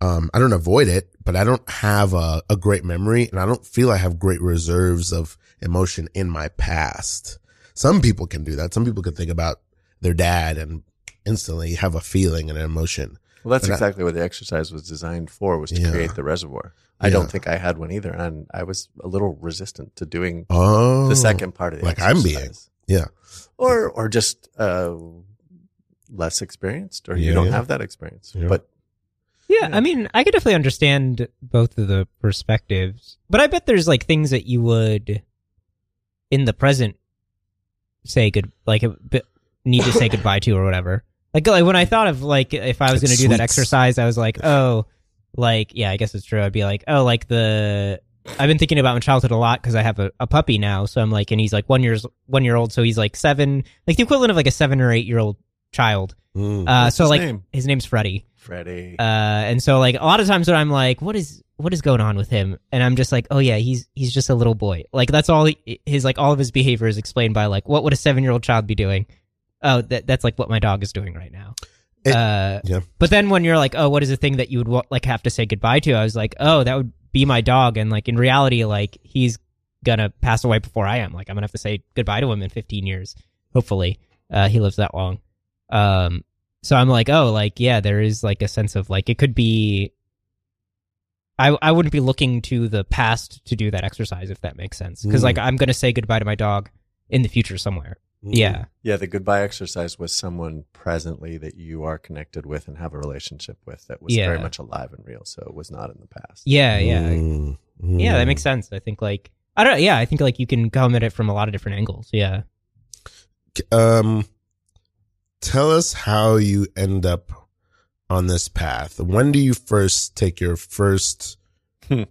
[SPEAKER 2] Um, I don't avoid it, but I don't have a, a great memory and I don't feel I have great reserves of emotion in my past. Some people can do that. Some people can think about their dad and instantly have a feeling and an emotion.
[SPEAKER 4] Well, that's
[SPEAKER 2] But I-
[SPEAKER 4] exactly what the exercise was designed for, was to
[SPEAKER 2] Yeah.
[SPEAKER 4] create the reservoir. I
[SPEAKER 2] Yeah.
[SPEAKER 4] don't think I had one either, and I was a little resistant to doing
[SPEAKER 2] Oh,
[SPEAKER 4] the second part of the
[SPEAKER 2] like I'm
[SPEAKER 4] exercise.
[SPEAKER 2] being. Yeah.
[SPEAKER 4] or or just uh, less experienced, or you
[SPEAKER 2] Yeah,
[SPEAKER 4] don't
[SPEAKER 2] yeah.
[SPEAKER 4] have that experience.
[SPEAKER 2] Yeah.
[SPEAKER 4] But
[SPEAKER 3] Yeah,
[SPEAKER 4] Yeah.
[SPEAKER 3] I mean, I could definitely understand both of the perspectives, but I bet there's like things that you would, in the present, say good, like a bit- need to say goodbye to or whatever. Like, like when I thought of like if I was
[SPEAKER 2] Like
[SPEAKER 3] going to do that
[SPEAKER 2] sweets.
[SPEAKER 3] exercise, I was like, oh, like yeah, I guess it's true. I'd be like, oh, like the I've been thinking about my childhood a lot because I have a, a puppy now, so I'm like, and he's like one years one year old, so he's like seven, like the equivalent of like a seven or eight year old child.
[SPEAKER 2] Mm.
[SPEAKER 3] Uh,
[SPEAKER 4] what's
[SPEAKER 3] so
[SPEAKER 4] his
[SPEAKER 3] like
[SPEAKER 4] name?
[SPEAKER 3] his name's Freddie.
[SPEAKER 4] Freddie,
[SPEAKER 3] Uh, and so like a lot of times when I'm like, what is what is going on with him? And I'm just like, oh yeah, he's he's just a little boy. Like that's all he, his like all of his behavior is explained by like what would a seven year old child be doing? Oh, that that's like what my dog is doing right now.
[SPEAKER 2] It-
[SPEAKER 3] uh,
[SPEAKER 2] yeah.
[SPEAKER 3] But then when you're like, oh, what is the thing that you would wa- like have to say goodbye to? I was like, oh, that would be my dog and like in reality like he's gonna pass away before i am like i'm gonna have to say goodbye to him in 15 years hopefully uh he lives that long um so i'm like oh like yeah there is like a sense of like it could be i i wouldn't be looking to the past to do that exercise if that makes sense because
[SPEAKER 2] Mm. Mm.
[SPEAKER 3] like i'm gonna say goodbye to my dog in the future somewhere yeah
[SPEAKER 4] Yeah, the goodbye exercise was someone presently that you are connected with and have a relationship with that was very
[SPEAKER 3] Yeah.
[SPEAKER 4] much alive and real. So it was not in the past.
[SPEAKER 3] yeah Uh, yeah
[SPEAKER 2] Mm,
[SPEAKER 3] Yeah, that
[SPEAKER 2] mm.
[SPEAKER 3] makes sense. I think like I don't. Yeah, I think like you can come at it from a lot of different angles. Yeah.
[SPEAKER 2] um tell us how you end up on this path when do you first take your first
[SPEAKER 4] Hmm.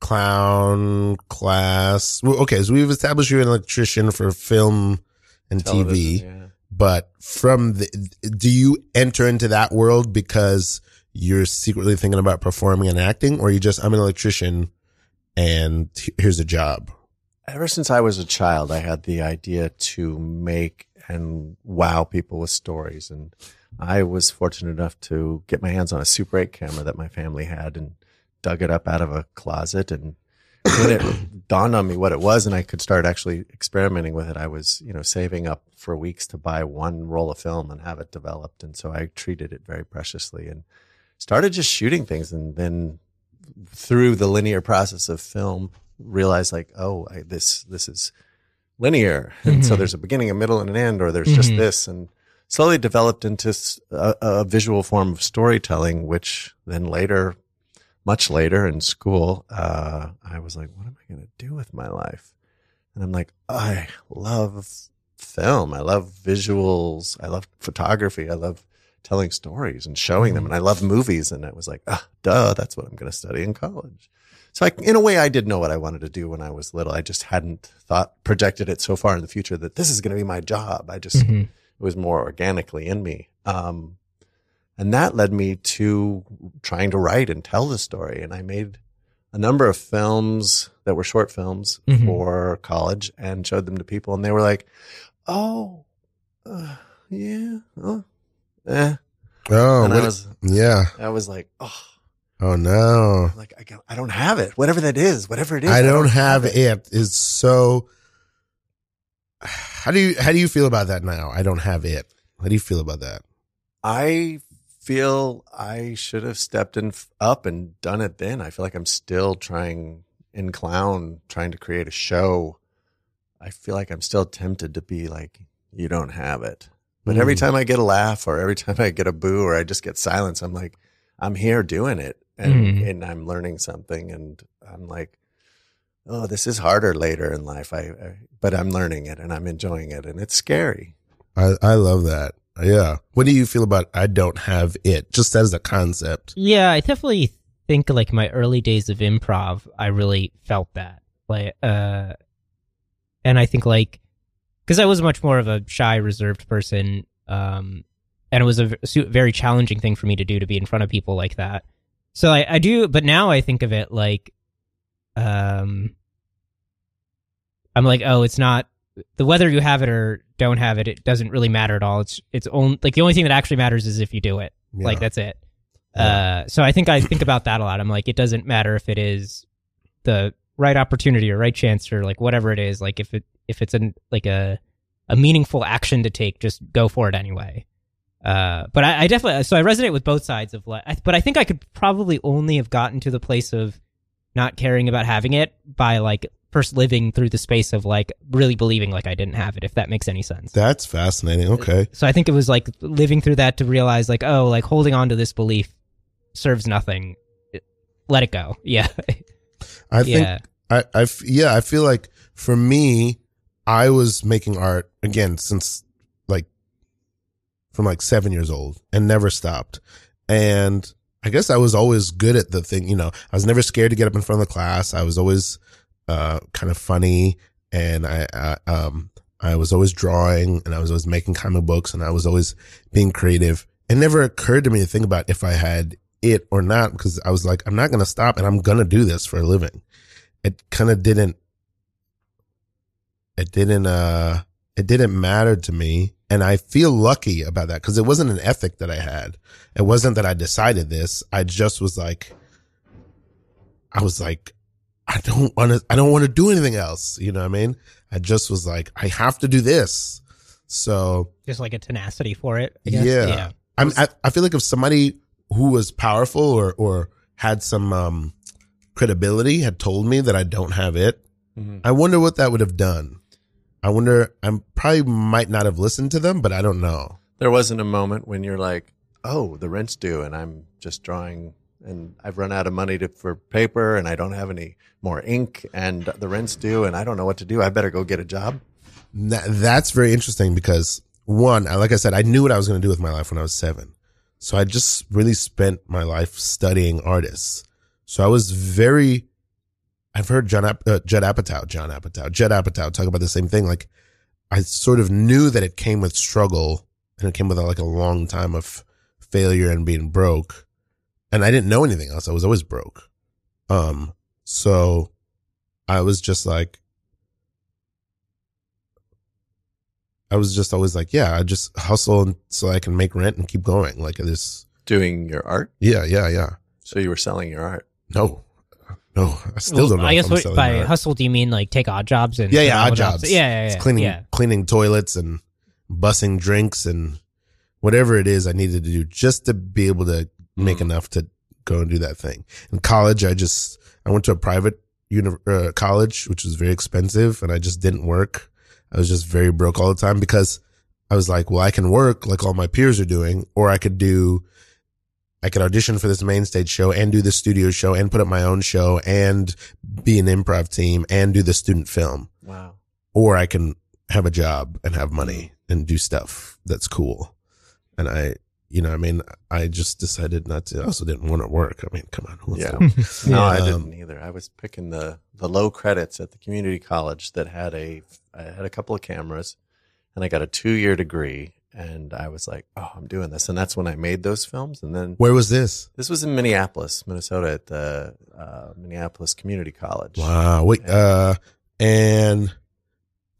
[SPEAKER 2] clown class well, okay so we've established you're an electrician for film and tv
[SPEAKER 4] Television, yeah.
[SPEAKER 2] but from the do you enter into that world because you're secretly thinking about performing and acting or you just i'm an electrician and he- here's a job
[SPEAKER 4] Ever since I was a child, I had the idea to make and wow people with stories. And I was fortunate enough to get my hands on a Super 8 camera that my family had and dug it up out of a closet. And when it dawned on me what it was and I could start actually experimenting with it, I was, you know, saving up for weeks to buy one roll of film and have it developed. And so I treated it very preciously and started just shooting things. And then through the linear process of film realize like oh I, this this is linear and so
[SPEAKER 3] Mhm.
[SPEAKER 4] there's a beginning a middle and an end or there's just
[SPEAKER 3] Mhm.
[SPEAKER 4] this and slowly developed into s- a, a visual form of storytelling which then later much later in school uh, i was like what am i going to do with my life and i'm like i love film i love visuals i love photography i love telling stories and showing them. And I love movies. And it was like, ah, duh, that's what I'm going to study in college. So I, in a way, I did know what I wanted to do when I was little. I just hadn't thought, projected it so far in the future that this is going to be my job. I just,
[SPEAKER 3] Mhm.
[SPEAKER 4] it was more organically in me. Um, and that led me to trying to write and tell the story. And I made a number of films that were short films
[SPEAKER 2] Mm-hmm.
[SPEAKER 3] Mhm.
[SPEAKER 4] for college and showed them to people. And they were like, oh, uh, yeah, uh, eh.
[SPEAKER 2] oh
[SPEAKER 4] and
[SPEAKER 2] what-
[SPEAKER 4] I was,
[SPEAKER 2] yeah
[SPEAKER 4] I was like, oh,
[SPEAKER 2] oh no
[SPEAKER 4] like I, got, I don't have it. Whatever that is, whatever it is,
[SPEAKER 2] i don't have it it's so how do you how do you feel about that now i don't have it how do you feel about that
[SPEAKER 4] I feel I should have stepped in f- up and done it then. I feel like I'm still trying in clown, trying to create a show. I feel like I'm still tempted to be like, you don't have it. But every
[SPEAKER 2] Mm.
[SPEAKER 4] time I get a laugh or every time I get a boo or I just get silence, I'm like, I'm here doing it and,
[SPEAKER 3] Mm.
[SPEAKER 4] and I'm learning something. And I'm like, oh, this is harder later in life. I, I, but I'm learning it and I'm enjoying it and it's scary.
[SPEAKER 2] i i love that yeah what do you feel about i don't have it just as a concept
[SPEAKER 3] Yeah, I definitely think like my early days of improv, I really felt that. Like, uh, and I think like because I was much more of a shy, reserved person, um, and it was a v- su- very challenging thing for me to do to be in front of people like that. So I, I do, but now I think of it like, um, I'm like, oh, it's not the whether you have it or don't have it. It doesn't really matter at all. It's it's only like the only thing that actually matters is if you do it. Like that's it. Uh, so I think I think about that a lot. I'm like, it doesn't matter if it is the right opportunity or right chance or like whatever it is. Like if it if it's an like a a meaningful action to take, just go for it anyway. Uh, but I, I definitely so I resonate with both sides of like, I- but I think I could probably only have gotten to the place of not caring about having it by like first living through the space of like really believing like I didn't have it, if that makes any sense.
[SPEAKER 2] that's fascinating okay
[SPEAKER 3] So I think it was like living through that to realize like, oh, like holding on to this belief serves nothing. Let it go. Yeah.
[SPEAKER 2] i think
[SPEAKER 3] yeah.
[SPEAKER 2] I, I f- yeah, I feel like for me, I was making art again since like from like seven years old and never stopped. And I guess I was always good at the thing, you know, I was never scared to get up in front of the class. I was always, uh, kind of funny and I, I um, I was always drawing and I was always making comic books and I was always being creative. It never occurred to me to think about if I had it or not because I was like, I'm not going to stop and I'm going to do this for a living. It kind of didn't, it didn't, uh, it didn't matter to me. And I feel lucky about that because it wasn't an ethic that I had. It wasn't that I decided this. I just was like, I was like, I don't want to, I don't want to do anything else. You know what I mean? I just was like, I have to do this. So
[SPEAKER 3] Just like a tenacity for it. I
[SPEAKER 2] yeah,
[SPEAKER 3] guess.
[SPEAKER 2] I'm, I, I feel like if somebody who was powerful or, or had some, um, credibility had told me that I don't have it,
[SPEAKER 4] Mhm.
[SPEAKER 2] I wonder what that would have done. I wonder, I probably might not have listened to them, but I don't know.
[SPEAKER 4] There wasn't a moment when you're like, oh, the rent's due and I'm just drawing and I've run out of money to, for paper and I don't have any more ink and the rent's due and I don't know what to do. I better go get a job.
[SPEAKER 2] That, that's very interesting because one, I- like I said, I knew what I was going to do with my life when I was seven. So I just really spent my life studying artists. So I was very, I've heard John, Ap- uh, Judd Apatow, John Apatow, Judd Apatow talk about the same thing. Like I sort of knew that it came with struggle and it came with like a long time of failure and being broke. And I didn't know anything else. I was always broke. Um, so I was just like, I was just always like, yeah, I just hustle and so I can make rent and keep going. Like this.
[SPEAKER 4] Doing your art.
[SPEAKER 2] Yeah, yeah, yeah.
[SPEAKER 4] So you were selling your art.
[SPEAKER 2] No, no, I still
[SPEAKER 3] Well,
[SPEAKER 2] don't know.
[SPEAKER 3] I
[SPEAKER 2] if
[SPEAKER 3] guess
[SPEAKER 2] I'm
[SPEAKER 3] what-
[SPEAKER 2] selling
[SPEAKER 3] by
[SPEAKER 2] that.
[SPEAKER 3] hustle, do you mean like take odd jobs and
[SPEAKER 2] yeah,
[SPEAKER 3] and
[SPEAKER 2] yeah,
[SPEAKER 3] all
[SPEAKER 2] odd
[SPEAKER 3] jobs?
[SPEAKER 2] jobs.
[SPEAKER 3] Yeah, yeah, yeah.
[SPEAKER 2] It's cleaning,
[SPEAKER 3] yeah.
[SPEAKER 2] cleaning toilets and bussing drinks and whatever it is I needed to do just to be able to make
[SPEAKER 4] Mm.
[SPEAKER 2] enough to go and do that thing. In college, I just I went to a private uni- uh, college, which was very expensive, and I just didn't work. I was just very broke all the time because I was like, well, I can work like all my peers are doing, or I could do. I could audition for this main stage show and do the studio show and put up my own show and be an improv team and do the student film
[SPEAKER 4] Wow.
[SPEAKER 2] or I can have a job and have money and do stuff that's cool. And I, you know, I mean, I just decided not to. I also didn't want to work. I mean, come on, who wants
[SPEAKER 4] Yeah.
[SPEAKER 2] to work?
[SPEAKER 4] No,
[SPEAKER 3] Yeah.
[SPEAKER 4] I
[SPEAKER 2] Um,
[SPEAKER 4] didn't either. I was picking the the low credits at the community college that had a I had a couple of cameras, and I got a two year degree, and I was like, oh, I'm doing this, and that's when I made those films, and then
[SPEAKER 2] Where was this?
[SPEAKER 4] this was in Minneapolis, Minnesota, at the uh, Minneapolis Community College.
[SPEAKER 2] Wow. Wait. Uh, and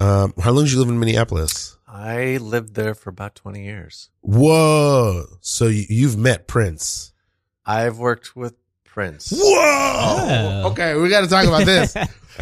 [SPEAKER 2] um, how long did you live in Minneapolis?
[SPEAKER 4] I lived there for about twenty years.
[SPEAKER 2] Whoa. So you, you've met Prince.
[SPEAKER 4] I've worked with Prince.
[SPEAKER 2] Whoa. Okay, we got to talk about this.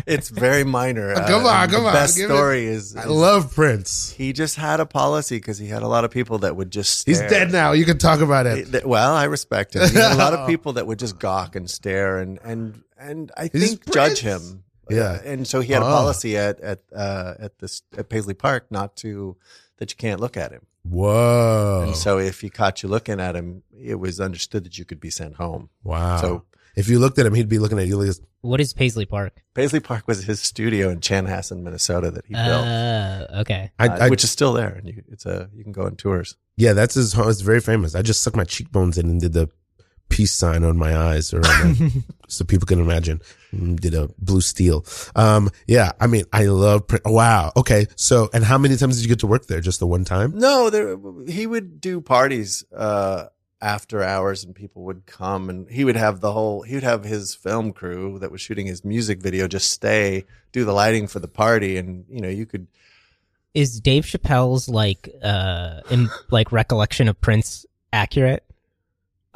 [SPEAKER 4] It's very minor.
[SPEAKER 2] Oh, come on,
[SPEAKER 4] and the
[SPEAKER 2] come on,
[SPEAKER 4] Best
[SPEAKER 2] give it-
[SPEAKER 4] story is,
[SPEAKER 2] I
[SPEAKER 4] is
[SPEAKER 2] love Prince.
[SPEAKER 4] He just had a policy because he had a lot of people that would just.
[SPEAKER 2] He's
[SPEAKER 4] stare.
[SPEAKER 2] dead now. You can talk about
[SPEAKER 4] It-
[SPEAKER 2] it.
[SPEAKER 4] that- well, I respect him. He had a lot of people that would just gawk and stare and and and I
[SPEAKER 2] He's
[SPEAKER 4] think
[SPEAKER 2] Prince.
[SPEAKER 4] judge him. Uh,
[SPEAKER 2] Yeah.
[SPEAKER 4] and so he had a
[SPEAKER 2] Ah.
[SPEAKER 4] policy at at uh, at this at Paisley Park not to that you can't look at him.
[SPEAKER 2] Whoa.
[SPEAKER 4] And so if he caught you looking at him, it was understood that you could be sent home.
[SPEAKER 2] wow.
[SPEAKER 4] So
[SPEAKER 2] if you looked at him, he'd be looking at you like, this.
[SPEAKER 3] What is Paisley Park?
[SPEAKER 4] Paisley Park was his studio in Chanhassen, Minnesota, that he built,
[SPEAKER 3] Uh, okay.
[SPEAKER 2] I,
[SPEAKER 4] uh,
[SPEAKER 2] I
[SPEAKER 4] which is still there, and you, it's a you can go on tours.
[SPEAKER 2] Yeah, that's his. home. It's very famous. I just sucked my cheekbones in and did the peace sign on my eyes, or so people can imagine. Mm, Did a blue steel. Um, yeah, I mean, I love. Print. Wow. Okay. So, and how many times did you get to work there? Just the one time?
[SPEAKER 4] No, there he would do parties uh, after hours, and people would come, and he would have the whole. He would have his film crew that was shooting his music video just stay, do the lighting for the party, and you know you could.
[SPEAKER 3] Is Dave Chappelle's like uh in, like recollection of Prince accurate?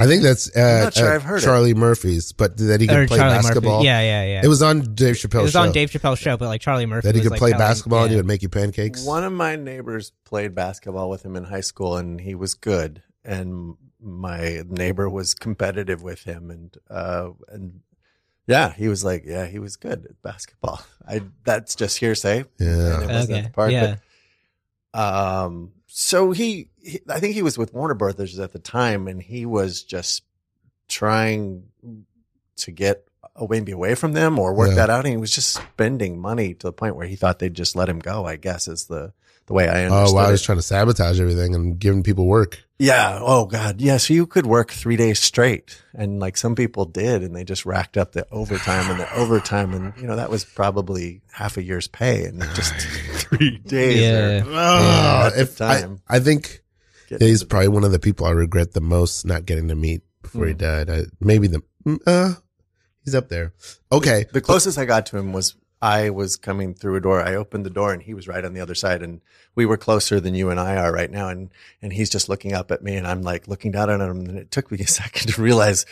[SPEAKER 2] I think that's. Uh,
[SPEAKER 4] I'm not sure
[SPEAKER 2] uh,
[SPEAKER 4] I've heard it.
[SPEAKER 2] Charlie Murphy's, but that he could play
[SPEAKER 3] Murphy-
[SPEAKER 2] basketball.
[SPEAKER 3] Yeah, yeah, yeah.
[SPEAKER 2] It was on Dave Chappelle's.
[SPEAKER 3] It was
[SPEAKER 2] show,
[SPEAKER 3] on Dave Chappelle's show, but like Charlie Murphy
[SPEAKER 2] That he
[SPEAKER 3] was,
[SPEAKER 2] could
[SPEAKER 3] like,
[SPEAKER 2] play
[SPEAKER 3] telling-
[SPEAKER 2] basketball and he
[SPEAKER 3] yeah.
[SPEAKER 2] would make you pancakes.
[SPEAKER 4] One of my neighbors played basketball with him in high school, and he was good. And my neighbor was competitive with him, and uh, and yeah, he was like, yeah, he was good at basketball. I that's just hearsay.
[SPEAKER 2] Yeah.
[SPEAKER 4] And it wasn't at
[SPEAKER 3] Okay,
[SPEAKER 4] the park, but
[SPEAKER 3] yeah.
[SPEAKER 4] Um, so he, he, I think he was with Warner Brothers at the time, and he was just trying to get uh, maybe away from them or work
[SPEAKER 2] Yeah.
[SPEAKER 4] that out. And he was just spending money to the point where he thought they'd just let him go. I guess is the the way I understood
[SPEAKER 2] Oh wow!
[SPEAKER 4] it.
[SPEAKER 2] He's trying to sabotage everything and giving people work.
[SPEAKER 4] yeah. Oh God. Yeah. So you could work three days straight, and like some people did, and they just racked up the overtime and the overtime, and you know that was probably half a year's pay, and just three days.
[SPEAKER 3] Yeah.
[SPEAKER 2] Oh,
[SPEAKER 4] at the
[SPEAKER 2] if I,
[SPEAKER 4] time.
[SPEAKER 2] I think
[SPEAKER 4] Or
[SPEAKER 2] Yeah, he's probably one of the people I regret the most not getting to meet before he
[SPEAKER 4] Mm.
[SPEAKER 2] died. I, maybe the mm, uh, he's up there. Okay,
[SPEAKER 4] The closest I got to him was I was coming through a door. I opened the door and he was right on the other side and we were closer than you and I are right now and and he's just looking up at me and I'm like looking down at him and it took me a second to realize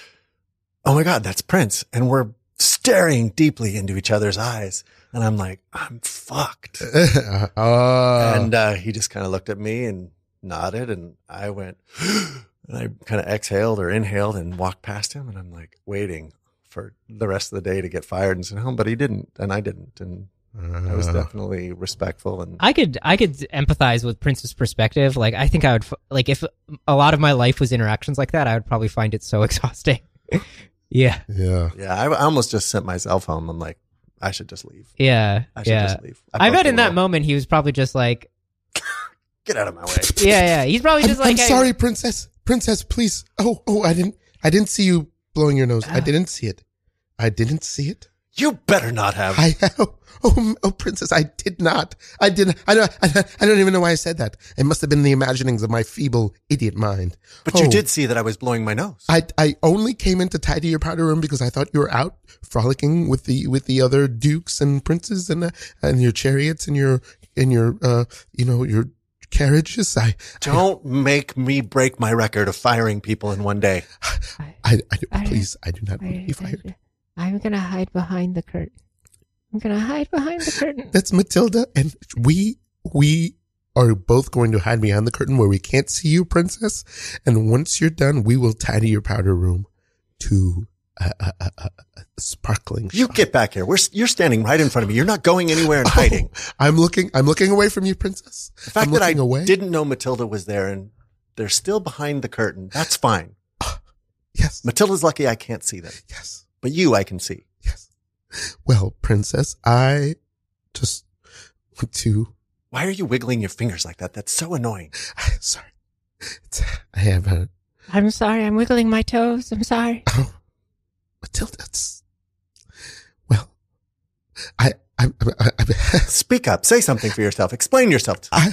[SPEAKER 4] oh my god, that's Prince and we're staring deeply into each other's eyes. And I'm like, I'm fucked.
[SPEAKER 2] oh,
[SPEAKER 4] and uh, he just kind of looked at me and nodded. And I went, and I kind of exhaled or inhaled and walked past him. And I'm like, waiting for the rest of the day to get fired and sent home. But he didn't. And I didn't. And I was
[SPEAKER 2] Uh,
[SPEAKER 4] definitely respectful. And
[SPEAKER 3] I could I could empathize with Prince's perspective. Like I think I would f- like if a lot of my life was interactions like that, I would probably find it so exhausting. yeah,
[SPEAKER 2] yeah.
[SPEAKER 4] yeah, I, I almost just sent myself home. I'm like, I should just leave.
[SPEAKER 3] yeah,
[SPEAKER 4] I should
[SPEAKER 3] yeah.
[SPEAKER 4] just leave.
[SPEAKER 3] I,
[SPEAKER 4] felt
[SPEAKER 3] bet in
[SPEAKER 4] a
[SPEAKER 3] that
[SPEAKER 4] little-
[SPEAKER 3] moment he was probably just like,
[SPEAKER 4] Get out of my way.
[SPEAKER 3] yeah, yeah. He's probably
[SPEAKER 2] I'm,
[SPEAKER 3] just like,
[SPEAKER 2] I'm
[SPEAKER 3] hey,
[SPEAKER 2] sorry, princess. Princess, please. Oh, oh, I didn't, I didn't see you blowing your
[SPEAKER 4] Ah.
[SPEAKER 2] nose. I didn't see it. I didn't see it.
[SPEAKER 4] You better not have.
[SPEAKER 2] I oh, oh, oh, princess, I did not. I did. I don't. I, I don't even know why I said that. It must have been the imaginings of my feeble idiot mind.
[SPEAKER 4] but
[SPEAKER 2] Oh,
[SPEAKER 4] you did see that I was blowing my nose.
[SPEAKER 2] I I only came in to tidy your powder room because I thought you were out frolicking with the with the other dukes and princes and uh, and your chariots and your and your uh you know your carriages. I
[SPEAKER 4] Don't make me break my record of firing people in one day.
[SPEAKER 2] I, I,
[SPEAKER 1] I-
[SPEAKER 2] please I do not want to be fired.
[SPEAKER 1] am gonna hide behind the curtain. I'm gonna hide behind the curtain.
[SPEAKER 2] That's Matilda, and we we are both going to hide behind the curtain where we can't see you, princess. And once you're done, we will tidy your powder room to a, a, a, a- a sparkling.
[SPEAKER 4] You
[SPEAKER 2] shine.
[SPEAKER 4] get back here. We're, you're standing right in front of me. You're not going anywhere and
[SPEAKER 2] Oh,
[SPEAKER 4] hiding.
[SPEAKER 2] I'm looking. I'm looking away from you, princess.
[SPEAKER 4] the fact
[SPEAKER 2] I'm
[SPEAKER 4] that I
[SPEAKER 2] looking away.
[SPEAKER 4] didn't know Matilda was there and they're still behind the curtain, that's fine.
[SPEAKER 2] Yes.
[SPEAKER 4] Matilda's lucky I can't see them,
[SPEAKER 2] Yes.
[SPEAKER 4] but you I can see.
[SPEAKER 2] Yes. Well, princess, I just want to.
[SPEAKER 4] Why are you wiggling your fingers like that? That's so annoying.
[SPEAKER 2] Sorry. It's, I have a
[SPEAKER 1] I'm sorry. I'm wiggling my toes. I'm sorry.
[SPEAKER 2] Oh, Matilda, it's, well, I, I, I, I,
[SPEAKER 4] Speak up. Say something for yourself. Explain yourself. To
[SPEAKER 2] I,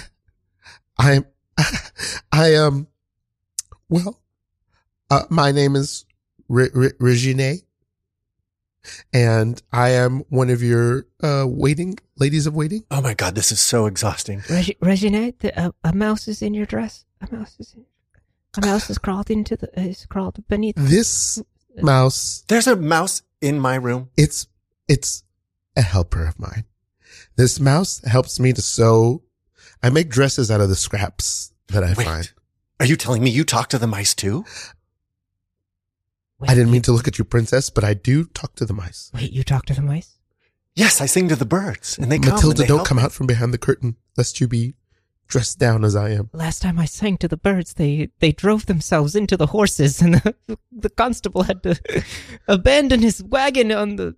[SPEAKER 2] I'm, I, um, well, uh, my name is Re- Re- Regine, and I am one of your, uh, waiting, ladies of waiting.
[SPEAKER 4] oh my God, this is so exhausting.
[SPEAKER 1] Reg- Regina, the, a, a mouse is in your dress. A mouse is. In, a mouse has crawled into the. Has crawled beneath.
[SPEAKER 2] This mouse,
[SPEAKER 4] There's a mouse in my room.
[SPEAKER 2] it's, it's a helper of mine. This mouse helps me to sew. I make dresses out of the scraps that I
[SPEAKER 4] Wait.
[SPEAKER 2] find.
[SPEAKER 4] Are you telling me you talk to the mice too?
[SPEAKER 3] wait,
[SPEAKER 2] I didn't mean to look at you, princess, but I do talk to the mice.
[SPEAKER 3] Wait, you talk to the mice?
[SPEAKER 4] Yes, I sing to the birds and they come.
[SPEAKER 2] Matilda,
[SPEAKER 4] and they
[SPEAKER 2] don't
[SPEAKER 4] help
[SPEAKER 2] come
[SPEAKER 4] me.
[SPEAKER 2] out from behind the curtain, lest you be dressed down as I am.
[SPEAKER 3] Last time I sang to the birds, they they drove themselves into the horses, and the, the constable had to abandon his wagon on the.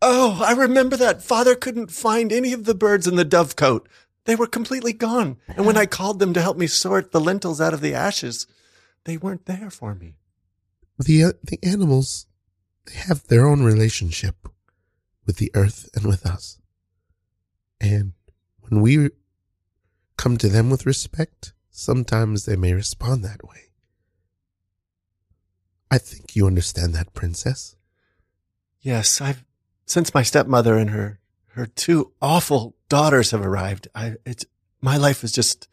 [SPEAKER 4] Oh, I remember that. Father couldn't find any of the birds in the dovecote. They were completely gone. And when I
[SPEAKER 2] Uh-huh.
[SPEAKER 4] called them to help me sort the lentils out of the ashes, they weren't there for me.
[SPEAKER 2] The uh, the animals, they have their own relationship with the earth and with us. And when we come to them with respect, sometimes they may respond that way. I think you understand that, princess.
[SPEAKER 4] Yes, I've since my stepmother and her her two awful daughters have arrived. I it's my life is just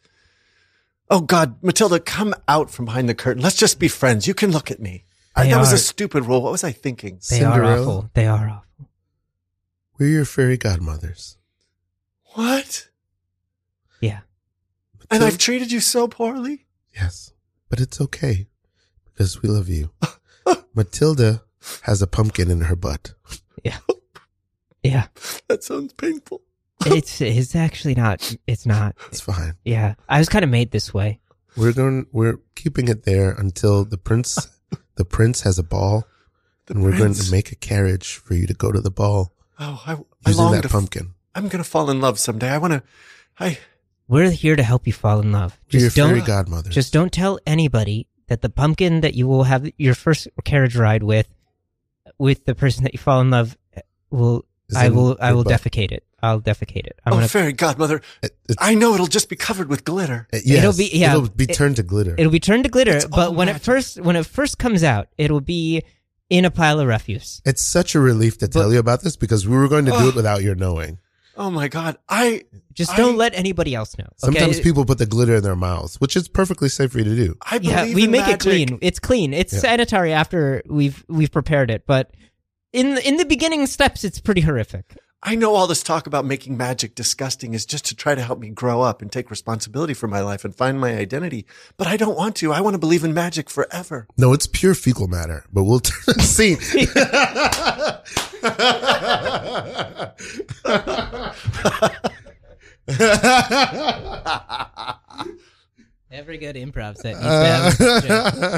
[SPEAKER 4] Oh God, Matilda, come out from behind the curtain. Let's just be friends. You can look at me. I,
[SPEAKER 3] They
[SPEAKER 4] that was
[SPEAKER 3] are-
[SPEAKER 4] a stupid rule. What was I thinking?
[SPEAKER 3] They are awful. They are awful.
[SPEAKER 2] we're your fairy godmothers.
[SPEAKER 4] What?
[SPEAKER 3] Yeah.
[SPEAKER 4] And
[SPEAKER 2] Matilda-
[SPEAKER 4] I've treated you so poorly?
[SPEAKER 2] Yes, but it's okay because we love you. Matilda has a pumpkin in her butt.
[SPEAKER 3] Yeah.
[SPEAKER 4] That sounds painful.
[SPEAKER 3] It's it's actually not. It's not.
[SPEAKER 2] It's fine.
[SPEAKER 3] Yeah. I was kind of made this way.
[SPEAKER 2] We're going. We're keeping it there until the prince, the prince has a ball,
[SPEAKER 4] The
[SPEAKER 2] and we're going
[SPEAKER 4] prince.
[SPEAKER 2] to make a carriage for you to go to the ball
[SPEAKER 4] Oh, I, I
[SPEAKER 2] using
[SPEAKER 4] long
[SPEAKER 2] that
[SPEAKER 4] to.
[SPEAKER 2] pumpkin.
[SPEAKER 4] I'm gonna fall in love someday. I wanna. I
[SPEAKER 3] We're here to help you fall in love.
[SPEAKER 2] We're your
[SPEAKER 3] Just
[SPEAKER 2] fairy
[SPEAKER 3] don't
[SPEAKER 2] godmothers.
[SPEAKER 3] just don't tell anybody that the pumpkin that you will have your first carriage ride with, with the person that you fall in love, uh, will
[SPEAKER 2] Is
[SPEAKER 3] I
[SPEAKER 2] in
[SPEAKER 3] will I
[SPEAKER 2] your
[SPEAKER 3] will
[SPEAKER 2] butt.
[SPEAKER 3] defecate it. I'll defecate it. I'm
[SPEAKER 4] oh,
[SPEAKER 3] gonna.
[SPEAKER 4] fairy godmother.
[SPEAKER 2] It- it's-
[SPEAKER 4] I know it'll just be covered with glitter.
[SPEAKER 2] it- yes,
[SPEAKER 3] It'll be- yeah,
[SPEAKER 2] it'll be
[SPEAKER 3] it-
[SPEAKER 2] turned to glitter.
[SPEAKER 3] It'll be turned to glitter,
[SPEAKER 4] It's all
[SPEAKER 3] but when
[SPEAKER 4] magic.
[SPEAKER 3] it first when it first comes out, it'll be in a pile of refuse.
[SPEAKER 2] It's such a relief to tell
[SPEAKER 3] But-
[SPEAKER 2] you about this because we were going to do
[SPEAKER 4] Ugh.
[SPEAKER 2] it without your knowing.
[SPEAKER 4] Oh my god. I
[SPEAKER 3] Just don't
[SPEAKER 4] I-
[SPEAKER 3] let anybody else know. okay?
[SPEAKER 2] Sometimes people put the glitter in their mouths, which is perfectly safe for you to do.
[SPEAKER 4] I believe
[SPEAKER 3] yeah, we
[SPEAKER 4] in
[SPEAKER 3] make
[SPEAKER 4] magic.
[SPEAKER 3] it clean. It's clean. It's
[SPEAKER 2] Yeah.
[SPEAKER 3] sanitary after we've we've prepared it, but in in the beginning steps, it's pretty horrific.
[SPEAKER 4] I know all this talk about making magic disgusting is just to try to help me grow up and take responsibility for my life and find my identity, but I don't want to. I want to believe in magic forever.
[SPEAKER 2] No, it's pure fecal matter, but we'll turn the scene.
[SPEAKER 3] Every good improv set needs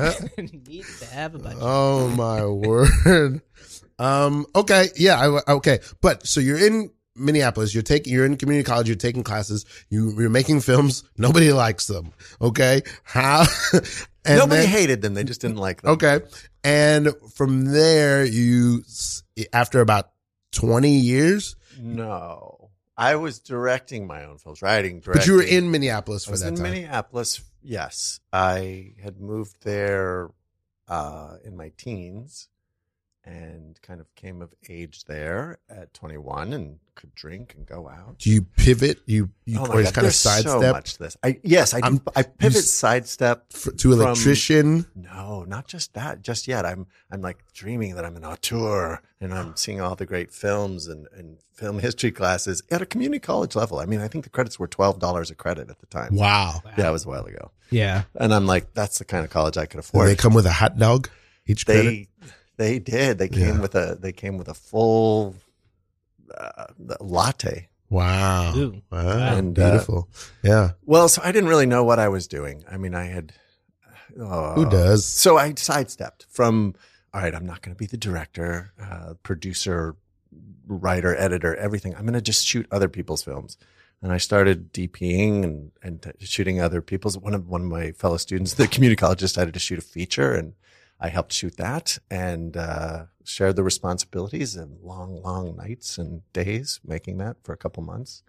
[SPEAKER 2] Uh,
[SPEAKER 3] needs to have a bunch.
[SPEAKER 2] oh my word. Um. Okay. Yeah. I, okay. But so you're in Minneapolis. You're taking. You're in community college. You're taking classes. You, you're making films. Nobody likes them. Okay. How? and
[SPEAKER 4] Nobody
[SPEAKER 2] then-
[SPEAKER 4] hated them. They just didn't like them.
[SPEAKER 2] Okay. And from there, you, s- after about 20 years,
[SPEAKER 4] No. I was directing my own films, writing, directing.
[SPEAKER 2] but you were in Minneapolis
[SPEAKER 4] I
[SPEAKER 2] for
[SPEAKER 4] was
[SPEAKER 2] that
[SPEAKER 4] in
[SPEAKER 2] time.
[SPEAKER 4] Minneapolis. Yes, I had moved there uh, in my teens and kind of came of age there at 21 and could drink and go out.
[SPEAKER 2] Do you pivot? You, you
[SPEAKER 4] oh my
[SPEAKER 2] always
[SPEAKER 4] God,
[SPEAKER 2] kind of
[SPEAKER 4] there's so
[SPEAKER 2] sidestep
[SPEAKER 4] much this. I yes, I do,
[SPEAKER 2] I'm-
[SPEAKER 4] I pivot
[SPEAKER 2] you s-
[SPEAKER 4] sidestep.
[SPEAKER 2] f- to electrician.
[SPEAKER 4] No, not just that. Just yet, I'm I'm like dreaming that I'm an auteur and I'm seeing all the great films and, and film history classes at a community college level. I mean, I think the credits were twelve dollars a credit at the time.
[SPEAKER 2] Wow.
[SPEAKER 4] Yeah, it was a while ago.
[SPEAKER 3] Yeah.
[SPEAKER 4] And I'm like, that's the kind of college I could
[SPEAKER 2] Or
[SPEAKER 4] afford.
[SPEAKER 2] they come with a hot dog each
[SPEAKER 4] they,
[SPEAKER 2] credit.
[SPEAKER 4] they did. They came
[SPEAKER 2] Yeah.
[SPEAKER 4] with a they came with a full uh, latte.
[SPEAKER 2] Wow.
[SPEAKER 3] Ooh.
[SPEAKER 2] Wow.
[SPEAKER 4] And, uh,
[SPEAKER 2] Beautiful. yeah.
[SPEAKER 4] Well, so I didn't really know what I was doing. I mean, I had oh.
[SPEAKER 2] Who does?
[SPEAKER 4] So I sidestepped from all right. I'm not going to be the director, uh, producer, writer, editor, everything. I'm going to just shoot other people's films. And I started DPing and and t- shooting other people's. One of one of my fellow students at the community college decided to shoot a feature, and I helped shoot that and uh, shared the responsibilities and long, long nights and days making that for a couple months.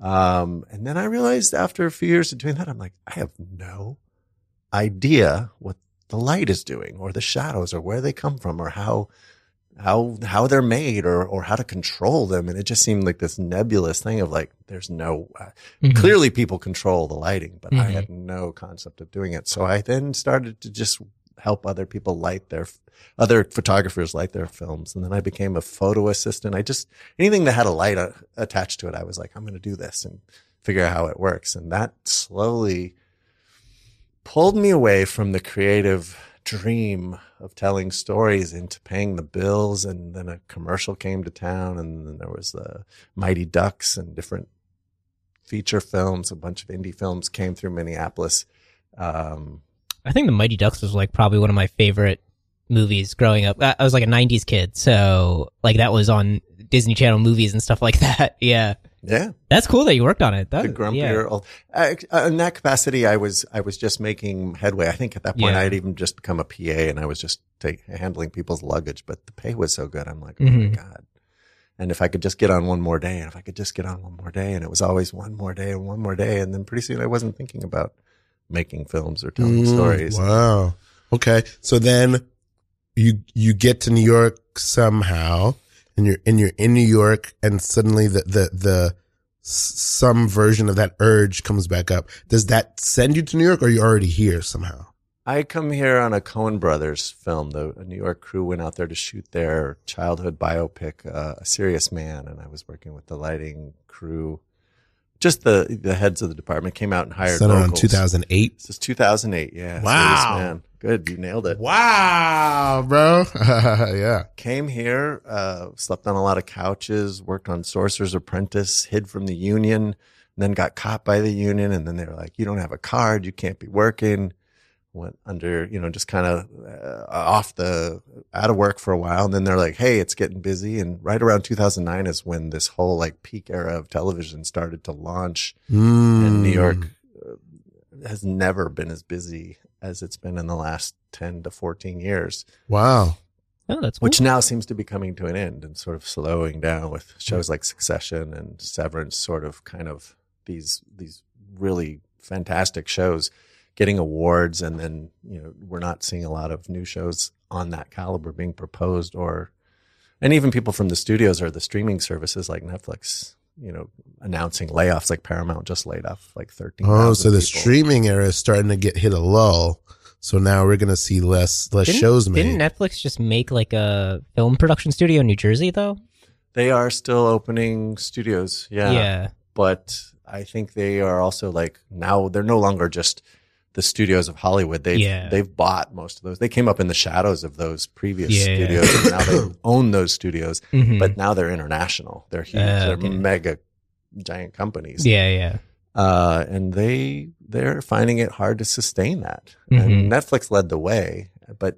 [SPEAKER 4] Um, and then I realized after a few years of doing that, I'm like, I have no idea what the light is doing or the shadows or where they come from or how how how they're made or or how to control them and it just seemed like this nebulous thing of like there's no uh,
[SPEAKER 3] Mm-hmm.
[SPEAKER 4] clearly people control the lighting but
[SPEAKER 3] Mhm.
[SPEAKER 4] i had no concept of doing it so i then started to just help other people light their other photographers light their films and then i became a photo assistant i just anything that had a light uh, attached to it i was like i'm going to do this and figure out how it works and that slowly pulled me away from the creative dream of telling stories into paying the bills and then a commercial came to town and then there was the mighty ducks and different feature films a bunch of indie films came through minneapolis um,
[SPEAKER 3] I think the Mighty Ducks was like probably one of my favorite movies growing up. I I was like a '90s kid, so like that was on Disney Channel movies and stuff like that. Yeah,
[SPEAKER 4] yeah
[SPEAKER 3] that's cool that you worked on it. That,
[SPEAKER 4] the grumpier
[SPEAKER 3] Oh, yeah.
[SPEAKER 4] old. I, I- in that capacity, I was I was just making headway. I think at that point,
[SPEAKER 3] Yeah.
[SPEAKER 4] I had even just become a PA, and I was just take, handling people's luggage. But the pay was so good, I'm like, oh my
[SPEAKER 3] Mhm.
[SPEAKER 4] god! And if I could just get on one more day, and if I could just get on one more day, and it was always one more day and one more day, and then pretty soon I wasn't thinking about making films or telling
[SPEAKER 2] Mm,
[SPEAKER 4] stories.
[SPEAKER 2] Wow. Okay. So then you you get to New York somehow and you're and you're in New York and suddenly the the the s- some version of that urge comes back up. Does that send you to New York or are you already here somehow?
[SPEAKER 4] I come here on a Coen Brothers film. The a New York crew went out there to shoot their childhood biopic, uh, A Serious Man, and I was working with the lighting crew. Just the the heads of the department came out and hired
[SPEAKER 2] Set around
[SPEAKER 4] locals.
[SPEAKER 2] 2008.
[SPEAKER 4] This is 2008. Yeah. Serious
[SPEAKER 2] Wow.
[SPEAKER 4] Man. Good, you nailed it.
[SPEAKER 2] Wow, bro. yeah.
[SPEAKER 4] Came here, uh, slept on a lot of couches, worked on Sorcerer's Apprentice, hid from the union, and then got caught by the union. And then they were like, "You don't have a card, you can't be working." Went under, you know, just kind of uh, off the out of work for a while. And then they're like, "Hey, it's getting busy." And right around 2009 is when this whole like peak era of television started to launch.
[SPEAKER 2] Mm.
[SPEAKER 4] And New York uh, has never been as busy as it's been in the last 10 to 14 years,
[SPEAKER 2] Wow.
[SPEAKER 3] Oh, that's cool.
[SPEAKER 4] which now seems to be coming to an end and sort of slowing down with shows like Succession and Severance, sort of kind of these these really fantastic shows getting awards and then you know we're not seeing a lot of new shows on that caliber being proposed or and even people from the studios or the streaming services like Netflix you know announcing layoffs like Paramount just laid off like 13
[SPEAKER 2] Oh, so the streaming era is starting to get hit a lull. So now we're gonna see less less
[SPEAKER 3] Didn't-
[SPEAKER 2] shows made.
[SPEAKER 3] Didn't Netflix just make like a film production studio in New Jersey though?
[SPEAKER 4] They are still opening studios. Yeah.
[SPEAKER 3] yeah.
[SPEAKER 4] But I think they are also like now they're no longer just the studios of Hollywood. They've
[SPEAKER 3] Yeah.
[SPEAKER 4] they've bought most of those. They came up in the shadows of those previous
[SPEAKER 3] Yeah, yeah.
[SPEAKER 4] studios and now they own those studios.
[SPEAKER 3] Mhm.
[SPEAKER 4] But now they're international. They're huge.
[SPEAKER 3] Uh, okay.
[SPEAKER 4] They're mega giant companies.
[SPEAKER 3] yeah, yeah.
[SPEAKER 4] uh, and they they're finding it hard to sustain that.
[SPEAKER 3] Mm-hmm.
[SPEAKER 4] And Netflix led the way, but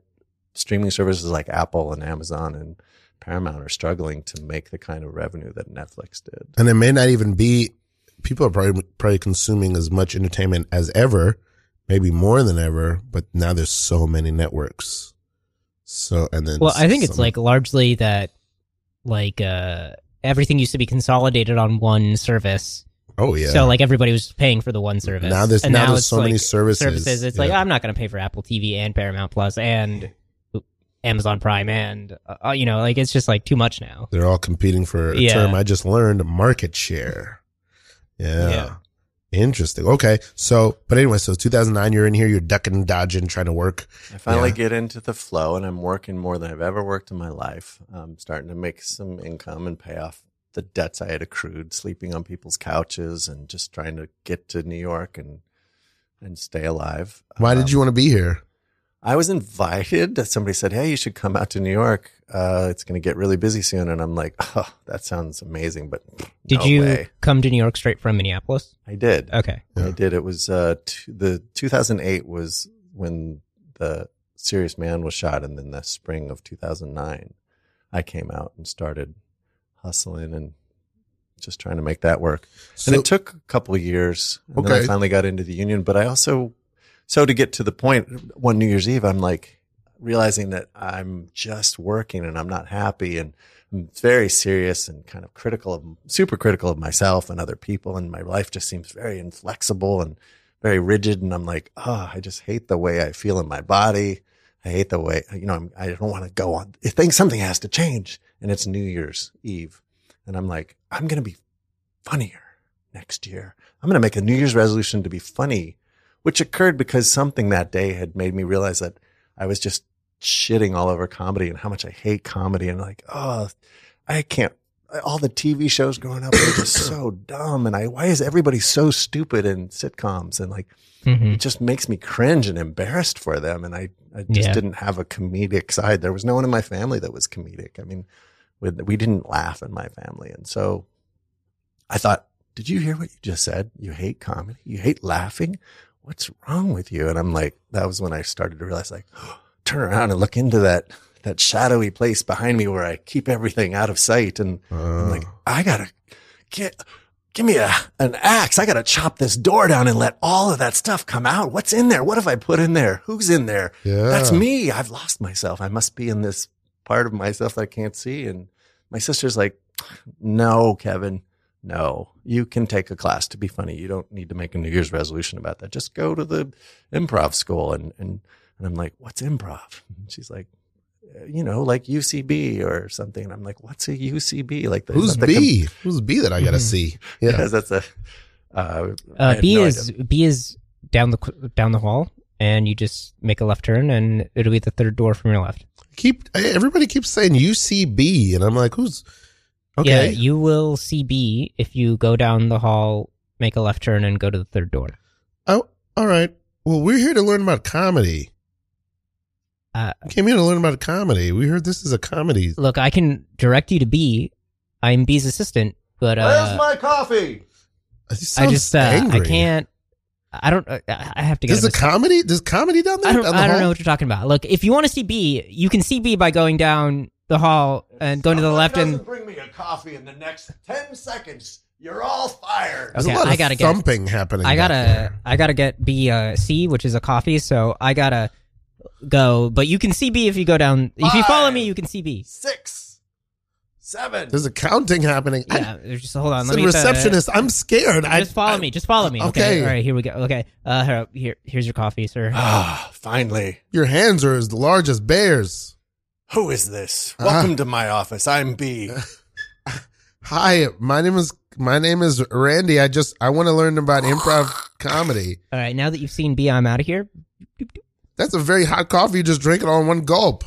[SPEAKER 4] streaming services like Apple and Amazon and Paramount are struggling to make the kind of revenue that Netflix did.
[SPEAKER 2] and it may not even be people are probably probably consuming as much entertainment as ever maybe more than ever but now there's so many networks so and then
[SPEAKER 3] Well, I think it's
[SPEAKER 2] some-
[SPEAKER 3] like largely that like uh everything used to be consolidated on one service.
[SPEAKER 2] oh yeah
[SPEAKER 3] So like everybody was paying for the one service.
[SPEAKER 2] now there's
[SPEAKER 3] And
[SPEAKER 2] now, there's
[SPEAKER 3] it's,
[SPEAKER 2] so many
[SPEAKER 3] like,
[SPEAKER 2] services
[SPEAKER 3] services. It's like
[SPEAKER 2] Yeah.
[SPEAKER 3] I'm not going to pay for Apple TV and Paramount Plus and Amazon Prime and uh, you know, like it's just like too much now.
[SPEAKER 2] they're all competing for a
[SPEAKER 3] Yeah.
[SPEAKER 2] term i just learned market share yeah.
[SPEAKER 3] Yeah.
[SPEAKER 2] interesting okay so but anyway so 2009 you're in here you're ducking dodging trying to work
[SPEAKER 4] I finally
[SPEAKER 2] Yeah.
[SPEAKER 4] get into the flow, and I'm working more than I've ever worked in my life. I'm starting to make some income and pay off the debts I had accrued, sleeping on people's couches, and just trying to get to New York and and stay alive.
[SPEAKER 2] why did
[SPEAKER 4] Um,
[SPEAKER 2] you want to be here
[SPEAKER 4] I was invited. Somebody said, "Hey, you should come out to New York. Uh, it's going to get really busy soon." And I'm like, "Oh, that sounds amazing." But
[SPEAKER 3] Did
[SPEAKER 4] no
[SPEAKER 3] you
[SPEAKER 4] way.
[SPEAKER 3] come to New York straight from Minneapolis?
[SPEAKER 4] I did.
[SPEAKER 3] Okay.
[SPEAKER 2] Yeah.
[SPEAKER 4] I did. It was uh, t- the 2008 was when the Serious Man was shot, and then the spring of 2009, I came out and started hustling and just trying to make that work
[SPEAKER 2] so,
[SPEAKER 4] and it took a couple of years. And then
[SPEAKER 2] Okay.
[SPEAKER 4] I finally got into the union. But I also, so to get to the point, one New Year's Eve, I'm like realizing that I'm just working and I'm not happy and I'm very serious and kind of critical of, super critical of myself and other people. And my life just seems very inflexible and very rigid. And I'm like, oh, I just hate the way I feel in my body. I hate the way, you know, I'm, I don't want to go on. I think something has to change. And it's New Year's Eve. And I'm like, I'm going to be funnier next year. I'm going to make a New Year's resolution to be funny, which occurred because something that day had made me realize that I was just shitting all over comedy and how much I hate comedy. And like, oh, I can't. All the TV shows growing up were just so dumb. And I, why is everybody so stupid in sitcoms? And like,
[SPEAKER 3] Mm-hmm.
[SPEAKER 4] it just makes me cringe and embarrassed for them. And I, I just
[SPEAKER 3] Yeah.
[SPEAKER 4] didn't have a comedic side. There was no one in my family that was comedic. I mean, with, we didn't laugh in my family. And so I thought, did you hear what you just said? You hate comedy. You hate laughing. What's wrong with you? And I'm like, that was when I started to realize like, turn around and look into that, that shadowy place behind me where I keep everything out of sight. And I'm like,
[SPEAKER 2] uh,
[SPEAKER 4] I gotta get, give me a, an axe. I gotta chop this door down and let all of that stuff come out. What's in there? What have I put in there? Who's in there?
[SPEAKER 2] yeah
[SPEAKER 4] That's me. I've lost myself. I must be in this part of myself that I can't see. And my sister's like, no, Kevin, no, you can take a class to be funny. You don't need to make a New Year's resolution about that. Just go to the improv school. And, and, and I'm like, what's improv? And she's like, "Uh, you know, like UCB or something. And I'm like, what's a UCB? Like, the,
[SPEAKER 2] Who's
[SPEAKER 4] the com- Mm-hmm.
[SPEAKER 2] B? Who's B that I gotta
[SPEAKER 3] Mhm.
[SPEAKER 2] see? Yeah.
[SPEAKER 4] Yes, that's a. Uh, I
[SPEAKER 3] Uh,
[SPEAKER 4] had
[SPEAKER 3] B
[SPEAKER 4] no
[SPEAKER 3] is
[SPEAKER 4] idea.
[SPEAKER 3] B is down the qu- down the hall, and you just make a left turn, and it'll be the third door from your left.
[SPEAKER 2] Keep everybody keeps saying UCB, and I'm like, who's?
[SPEAKER 3] Yeah,
[SPEAKER 2] Okay.
[SPEAKER 3] you will see B if you go down the hall, make a left turn, and go to the third door.
[SPEAKER 2] Oh, all right. Well, we're here to learn about comedy.
[SPEAKER 3] Uh,
[SPEAKER 2] We came here to learn about comedy. We heard this is a comedy.
[SPEAKER 3] Look, I can direct you to B. I'm B's assistant, but uh,
[SPEAKER 4] my coffee?
[SPEAKER 2] It
[SPEAKER 3] I
[SPEAKER 2] sounds
[SPEAKER 3] just uh, I
[SPEAKER 2] angry.
[SPEAKER 3] can't. I don't. I I have to get.
[SPEAKER 2] This is
[SPEAKER 3] him
[SPEAKER 2] a comedy. There's comedy down there.
[SPEAKER 3] I don't,
[SPEAKER 2] down the
[SPEAKER 3] I don't
[SPEAKER 2] hall?
[SPEAKER 3] know what you're talking about. Look, if you want to see B, you can see B by going down the hall and going to the left and
[SPEAKER 4] bring me a coffee in the next ten seconds. You're all fired.
[SPEAKER 2] There's
[SPEAKER 3] Okay,
[SPEAKER 2] a lot
[SPEAKER 3] I
[SPEAKER 2] of
[SPEAKER 3] gotta get-
[SPEAKER 2] thumping happening.
[SPEAKER 3] I
[SPEAKER 2] back
[SPEAKER 3] gotta
[SPEAKER 2] there.
[SPEAKER 3] I gotta get B uh, C, which is a coffee, so I gotta go. But you can see B if you go down if you follow
[SPEAKER 4] Five.
[SPEAKER 3] me, you can see B.
[SPEAKER 4] Six, seven.
[SPEAKER 2] There's a counting happening. I,
[SPEAKER 3] Yeah, just hold on.
[SPEAKER 2] it's
[SPEAKER 3] Let
[SPEAKER 2] a
[SPEAKER 3] me
[SPEAKER 2] receptionist. I'm scared.
[SPEAKER 3] Uh, just follow
[SPEAKER 2] I,
[SPEAKER 3] me. Just follow me. Okay.
[SPEAKER 2] Okay. Uh,
[SPEAKER 3] All right. Here we go. Okay. Uh, here, here here's your coffee, sir.
[SPEAKER 4] Ah, finally.
[SPEAKER 2] Your hands are as large as bears.
[SPEAKER 4] Who is this?
[SPEAKER 2] Ah.
[SPEAKER 4] Welcome to my office. I'm B.
[SPEAKER 2] Hi, my name is my name is Randy. I just I want to learn about improv comedy.
[SPEAKER 3] All right. Now that you've seen B, I'm out of here.
[SPEAKER 2] That's a very hot coffee. You just drink it all in one gulp.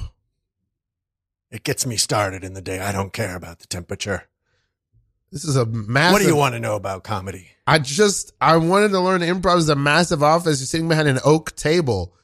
[SPEAKER 4] It gets me started in the day. I don't care about the temperature.
[SPEAKER 2] This is a massive.
[SPEAKER 4] What do you want to know about comedy?
[SPEAKER 2] I just I wanted to learn improv is a massive office. You're sitting behind an oak table.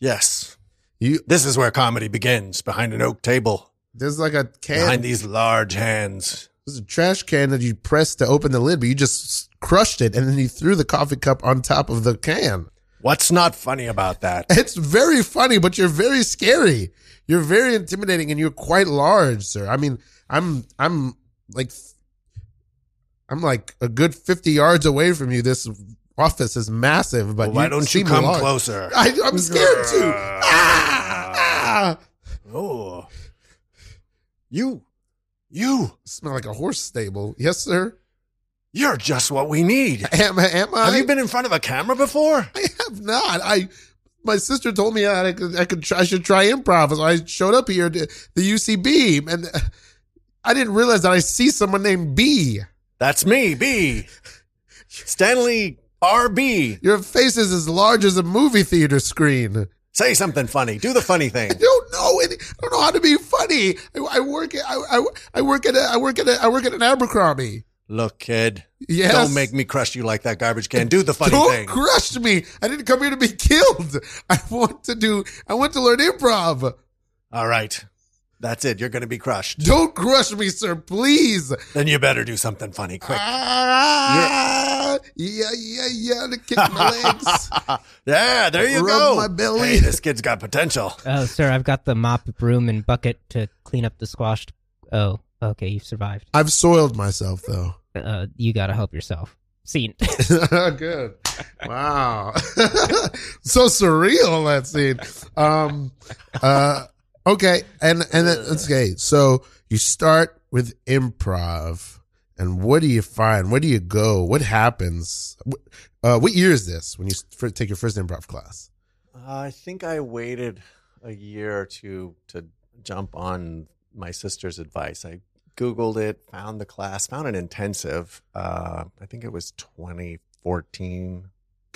[SPEAKER 4] Yes.
[SPEAKER 2] You
[SPEAKER 4] This is where comedy begins behind an oak table,
[SPEAKER 2] there's like a can.
[SPEAKER 4] behind these large hands.
[SPEAKER 2] There's a trash can that you pressed to open the lid, but you just crushed it and then you threw the coffee cup on top of the can.
[SPEAKER 4] What's not funny about that?
[SPEAKER 2] It's very funny, but you're very scary. You're very intimidating, and you're quite large, sir. I mean, I'm I'm like I'm like a good fifty yards away from you. This office is massive, but
[SPEAKER 4] Well, why don't you
[SPEAKER 2] seem
[SPEAKER 4] come
[SPEAKER 2] large.
[SPEAKER 4] closer?
[SPEAKER 2] I, I'm scared too. Ah, ah.
[SPEAKER 4] Oh. You. You.
[SPEAKER 2] Smell like a horse stable. Yes, sir.
[SPEAKER 4] You're just what we need.
[SPEAKER 2] Am, am I?
[SPEAKER 4] Have you been in front of a camera before?
[SPEAKER 2] I have not. I my sister told me that I could I could try, I should try improv, so I showed up here to the UCB, and I didn't realize that I see someone named B.
[SPEAKER 4] That's me, B. Stanley RB.
[SPEAKER 2] Your face is as large as a movie theater screen.
[SPEAKER 4] Say something funny. Do the funny thing.
[SPEAKER 2] I don't know any. I don't know how to be funny. I, I work. At, I, I, I work at. A, I work at. A, I work at an Abercrombie.
[SPEAKER 4] Look, kid.
[SPEAKER 2] Yes.
[SPEAKER 4] Don't make me crush you like that garbage can. Do the funny
[SPEAKER 2] Don't
[SPEAKER 4] thing.
[SPEAKER 2] crush me. I didn't come here to be killed. I want to do. I want to learn improv.
[SPEAKER 4] All right. That's it. You're going to be crushed.
[SPEAKER 2] Don't crush me, sir. Please.
[SPEAKER 4] Then you better do something funny quick.
[SPEAKER 2] Ah, yeah, yeah, yeah, to kick my legs.
[SPEAKER 4] yeah, there you
[SPEAKER 2] Rub
[SPEAKER 4] go.
[SPEAKER 2] my belly.
[SPEAKER 4] Hey, this kid's got potential.
[SPEAKER 3] Oh, sir, I've got the mop, broom, and bucket to clean up the squashed. Oh, okay, you've survived.
[SPEAKER 2] I've soiled myself though.
[SPEAKER 3] Uh, you gotta help yourself. Scene.
[SPEAKER 2] Good. Wow. so surreal that scene. Um uh okay, and and then, okay, so you start with improv and what do you find? Where do you go? What happens? Wh- Uh, what year is this when you s- fir- take your first improv class?
[SPEAKER 4] Uh, I think I waited a year or two to jump on my sister's advice. I Googled it, found the class, found an intensive. Uh, I think it was 2014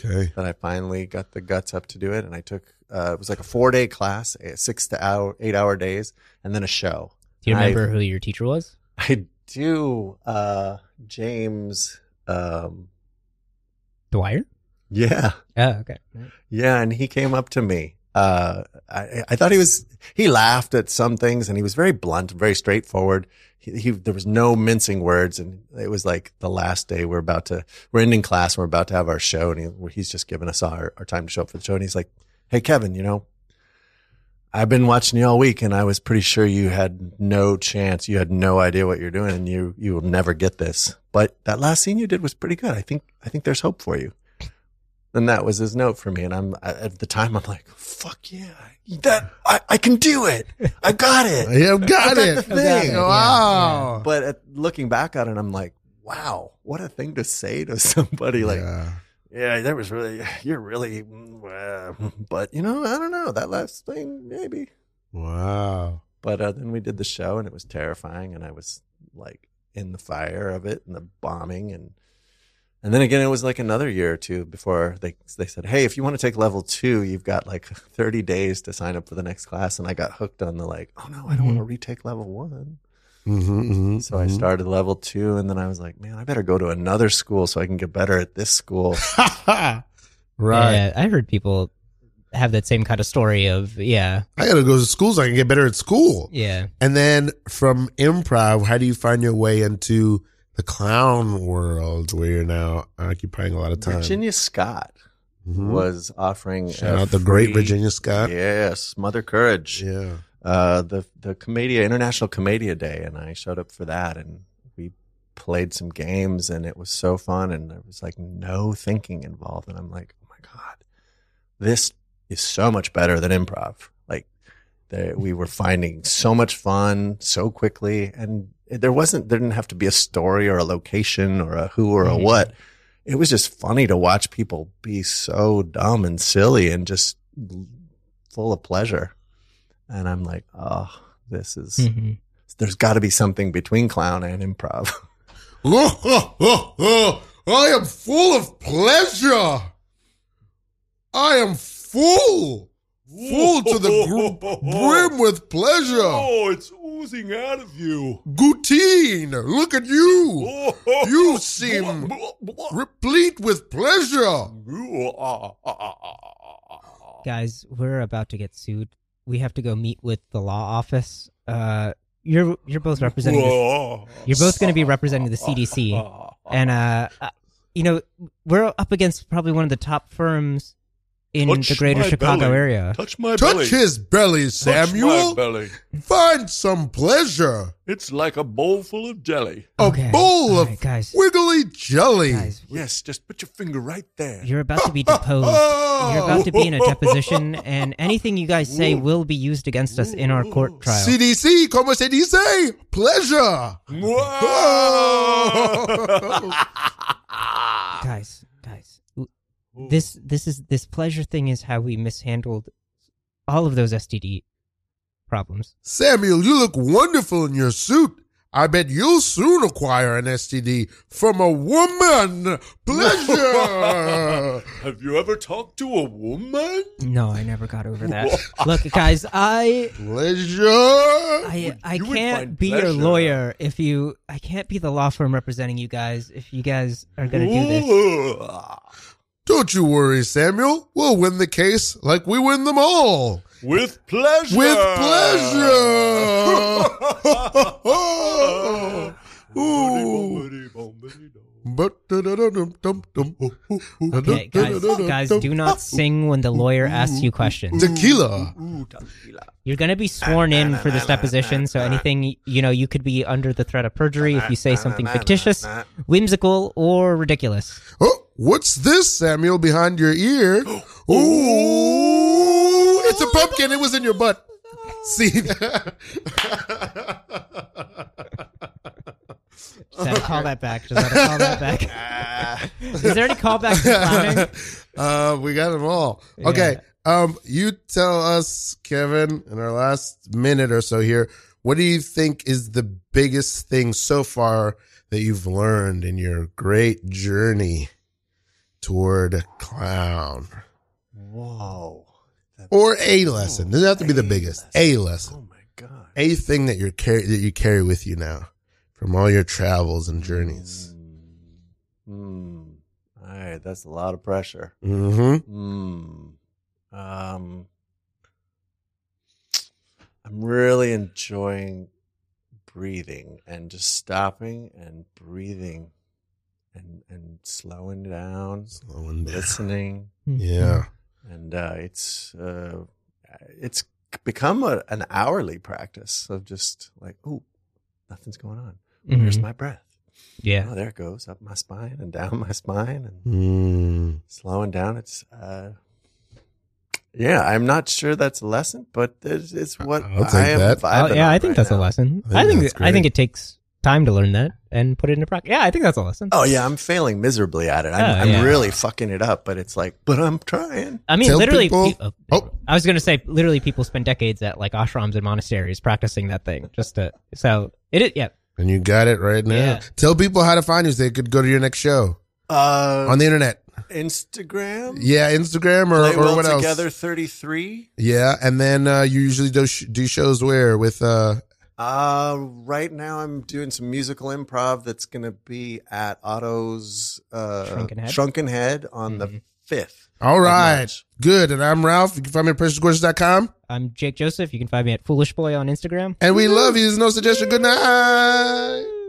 [SPEAKER 2] Okay.
[SPEAKER 4] that I finally got the guts up to do it. And I took, uh, it was like a four day class, eh, six to hour, eight hour days, and then a show.
[SPEAKER 3] Do you
[SPEAKER 4] I-
[SPEAKER 3] remember who your teacher was?
[SPEAKER 4] I do, uh, James. Um,
[SPEAKER 3] Dwyer?
[SPEAKER 4] yeah.
[SPEAKER 3] Oh, okay.
[SPEAKER 4] Yeah, and he came up to me. Uh, I, I thought he was, he laughed at some things and he was very blunt, very straightforward. He, he, there was no mincing words. And it was like the last day we're about to, we're ending class and we're about to have our show. And he, he's just giving us our, our time to show up for the show. And he's like, Hey, Kevin, you know, I've been watching you all week and I was pretty sure you had no chance. You had no idea what you're doing and you, you will never get this. But that last scene you did was pretty good. I think, I think there's hope for you and that was his note for me. And I'm at the time, I'm like, "Fuck yeah, that I, I can do it. I got it."
[SPEAKER 2] Yeah, I've got
[SPEAKER 4] But
[SPEAKER 2] it.
[SPEAKER 4] that's the thing.
[SPEAKER 3] Yeah,
[SPEAKER 2] Wow.
[SPEAKER 4] But at, looking back on it, I'm like, "Wow, what a thing to say to somebody!" Like, yeah,
[SPEAKER 2] Yeah.
[SPEAKER 4] that was really, you're really, mm, uh, but you know, I don't know that last thing maybe.
[SPEAKER 2] Wow.
[SPEAKER 4] But uh, then we did the show, and it was terrifying, and I was like in the fire of it and the bombing, and and then again, it was like another year or two before they they said, "Hey, if you want to take level two, you've got like thirty days to sign up for the next class." And I got hooked on the like, "Oh no, I don't want to retake level one."
[SPEAKER 2] Mm-hmm, mm-hmm,
[SPEAKER 4] So I started level two, and then I was like, "Man, I better go to another school so I can get better at this school."
[SPEAKER 2] started. right.
[SPEAKER 3] Yeah, I heard people have that same kind of story of, yeah,
[SPEAKER 2] I gotta go to school so I can get better at school.
[SPEAKER 3] yeah.
[SPEAKER 2] And then from improv, how do you find your way into the clown world where you're now occupying a lot of time?
[SPEAKER 4] Virginia Scott
[SPEAKER 2] Mhm.
[SPEAKER 4] was offering a
[SPEAKER 2] Shout out the great
[SPEAKER 4] free-
[SPEAKER 2] Virginia Scott. Yeah.
[SPEAKER 4] Yes, Mother Courage. uh, the the Comedia International Comedia Day, and I showed up for that, and we played some games, and it was so fun, and there was like no thinking involved, and I'm like, oh my god, this is so much better than improv. Like, there, we were finding so much fun so quickly, and there wasn't there didn't have to be a story or a location or a who or a
[SPEAKER 3] Mhm.
[SPEAKER 4] what. It was just funny to watch people be so dumb and silly and just full of pleasure. And I'm like, oh, this is,
[SPEAKER 3] Mhm.
[SPEAKER 4] there's got to be something between clown and improv.
[SPEAKER 2] Oh, oh, oh, oh, I am full of pleasure. I am full, full to the gr- brim with pleasure.
[SPEAKER 4] Oh, it's oozing out of you.
[SPEAKER 2] Goutine, look at you. You seem replete with pleasure.
[SPEAKER 3] Guys, we're about to get sued. We have to go meet with the law office. Uh, you're you're both representing. The, you're both going to be representing the CDC, and uh, uh, you know we're up against probably one of the top firms in
[SPEAKER 4] Touch
[SPEAKER 3] the greater
[SPEAKER 4] my
[SPEAKER 3] Chicago
[SPEAKER 4] belly.
[SPEAKER 3] area.
[SPEAKER 4] Touch my belly.
[SPEAKER 2] Touch his belly,
[SPEAKER 4] Touch my
[SPEAKER 2] Samuel.
[SPEAKER 4] belly.
[SPEAKER 2] Find some pleasure.
[SPEAKER 4] It's like a bowl full of jelly.
[SPEAKER 2] A
[SPEAKER 3] Okay,
[SPEAKER 2] bowl
[SPEAKER 3] all
[SPEAKER 2] of
[SPEAKER 3] right, guys.
[SPEAKER 2] wiggly jelly.
[SPEAKER 3] Guys,
[SPEAKER 4] Yes, just put your finger right there.
[SPEAKER 3] you're about to be deposed.
[SPEAKER 2] Oh.
[SPEAKER 3] You're about to be in a deposition, and anything you guys say will be used against us in our court trial.
[SPEAKER 2] CDC, como se dice? Pleasure.
[SPEAKER 4] Ah.
[SPEAKER 3] guys, guys, w- this this is this pleasure thing is how we mishandled all of those STD problems.
[SPEAKER 2] Samuel, you look wonderful in your suit. I bet you'll soon acquire an STD from a woman. Pleasure.
[SPEAKER 4] Have you ever talked to a woman?
[SPEAKER 3] No, I never got over that. Look, guys, I
[SPEAKER 2] pleasure.
[SPEAKER 3] I I
[SPEAKER 4] you would
[SPEAKER 3] can't
[SPEAKER 4] find
[SPEAKER 3] be your
[SPEAKER 4] pleasure.
[SPEAKER 3] lawyer if you I can't be the law firm representing you guys if you guys are gonna do this.
[SPEAKER 2] Don't you worry, Samuel. We'll win the case like we win them all.
[SPEAKER 4] With pleasure.
[SPEAKER 2] With pleasure. Ooh. But
[SPEAKER 3] Okay, guys, guys, do not sing when the lawyer asks you questions.
[SPEAKER 2] Tequila.
[SPEAKER 4] Ooh, tequila.
[SPEAKER 3] You're going to be sworn in for this deposition, so anything, you know, you could be under the threat of perjury if you say something fictitious, whimsical, or ridiculous.
[SPEAKER 2] Oh, what's this, Samuel, behind your ear? Ooh, it's a pumpkin. It was in your butt. See?
[SPEAKER 3] Just had to call that back. Just had to call that back. Is there any callback to clowning?
[SPEAKER 2] uh, we got them all. Okay. Um, you tell us, Kevin, in our last minute or so here, what do you think is the biggest thing so far that you've learned in your great journey toward clown?
[SPEAKER 4] Whoa.
[SPEAKER 2] Or a lesson. Doesn't have to be the biggest. A lesson.
[SPEAKER 4] Oh my god.
[SPEAKER 2] a thing that you're carry that you carry with you now from all your travels and journeys.
[SPEAKER 4] Hmm. All right, that's a lot of pressure.
[SPEAKER 2] hmm
[SPEAKER 4] Hmm. Um. I'm really enjoying breathing and just stopping and breathing and and slowing down,
[SPEAKER 2] Slowing down.
[SPEAKER 4] listening,
[SPEAKER 2] Yeah.
[SPEAKER 4] and uh, it's uh, it's become a, an hourly practice of just like, oh, nothing's going on. Where's
[SPEAKER 3] Mhm.
[SPEAKER 4] my breath?
[SPEAKER 3] Yeah.
[SPEAKER 4] Oh, there it goes up my spine and down my spine and
[SPEAKER 2] Mm.
[SPEAKER 4] slowing down. It's uh, yeah, I'm not sure that's a lesson, but it's, it's what
[SPEAKER 2] I'll take
[SPEAKER 4] I am
[SPEAKER 2] that.
[SPEAKER 4] vibing
[SPEAKER 3] Oh, yeah,
[SPEAKER 4] on
[SPEAKER 3] I think
[SPEAKER 4] right
[SPEAKER 3] that's
[SPEAKER 4] now.
[SPEAKER 3] a lesson.
[SPEAKER 2] I think
[SPEAKER 3] I think I
[SPEAKER 2] that's
[SPEAKER 3] think,
[SPEAKER 2] great.
[SPEAKER 3] it takes time to learn that and put it into practice. Yeah, I think that's a lesson.
[SPEAKER 4] Oh yeah, I'm failing miserably at it. I'm,
[SPEAKER 3] Oh,
[SPEAKER 4] I'm
[SPEAKER 3] yeah.
[SPEAKER 4] really fucking it up, but it's like, but I'm trying.
[SPEAKER 3] I mean,
[SPEAKER 2] Tell
[SPEAKER 3] literally.
[SPEAKER 2] people-
[SPEAKER 3] pe-
[SPEAKER 2] Oh.
[SPEAKER 3] I was going to say, literally, people spend decades at like ashrams and monasteries practicing that thing. Just to so it is. Yeah,
[SPEAKER 2] And you got it right now.
[SPEAKER 3] Yeah.
[SPEAKER 2] Tell people how to find you so they could go to your next show
[SPEAKER 4] Uh,
[SPEAKER 2] on the internet.
[SPEAKER 4] Instagram,
[SPEAKER 2] Yeah, Instagram or,
[SPEAKER 4] Play
[SPEAKER 2] or
[SPEAKER 4] well
[SPEAKER 2] what else?
[SPEAKER 4] together 33.
[SPEAKER 2] Yeah, and then uh, you usually do sh- do shows where with uh
[SPEAKER 4] Uh, right now I'm doing some musical improv that's going to be at Otto's uh,
[SPEAKER 3] Shrunken Head? Mm-hmm.
[SPEAKER 4] Head on the 5th.
[SPEAKER 2] all
[SPEAKER 4] of
[SPEAKER 2] right.
[SPEAKER 4] March.
[SPEAKER 2] Good. And I'm Ralph. You can find me at preciousgorgeous.com.
[SPEAKER 3] I'm Jake Joseph. You can find me at Foolish Boy on Instagram.
[SPEAKER 2] And we love you. There's no suggestion. Good night.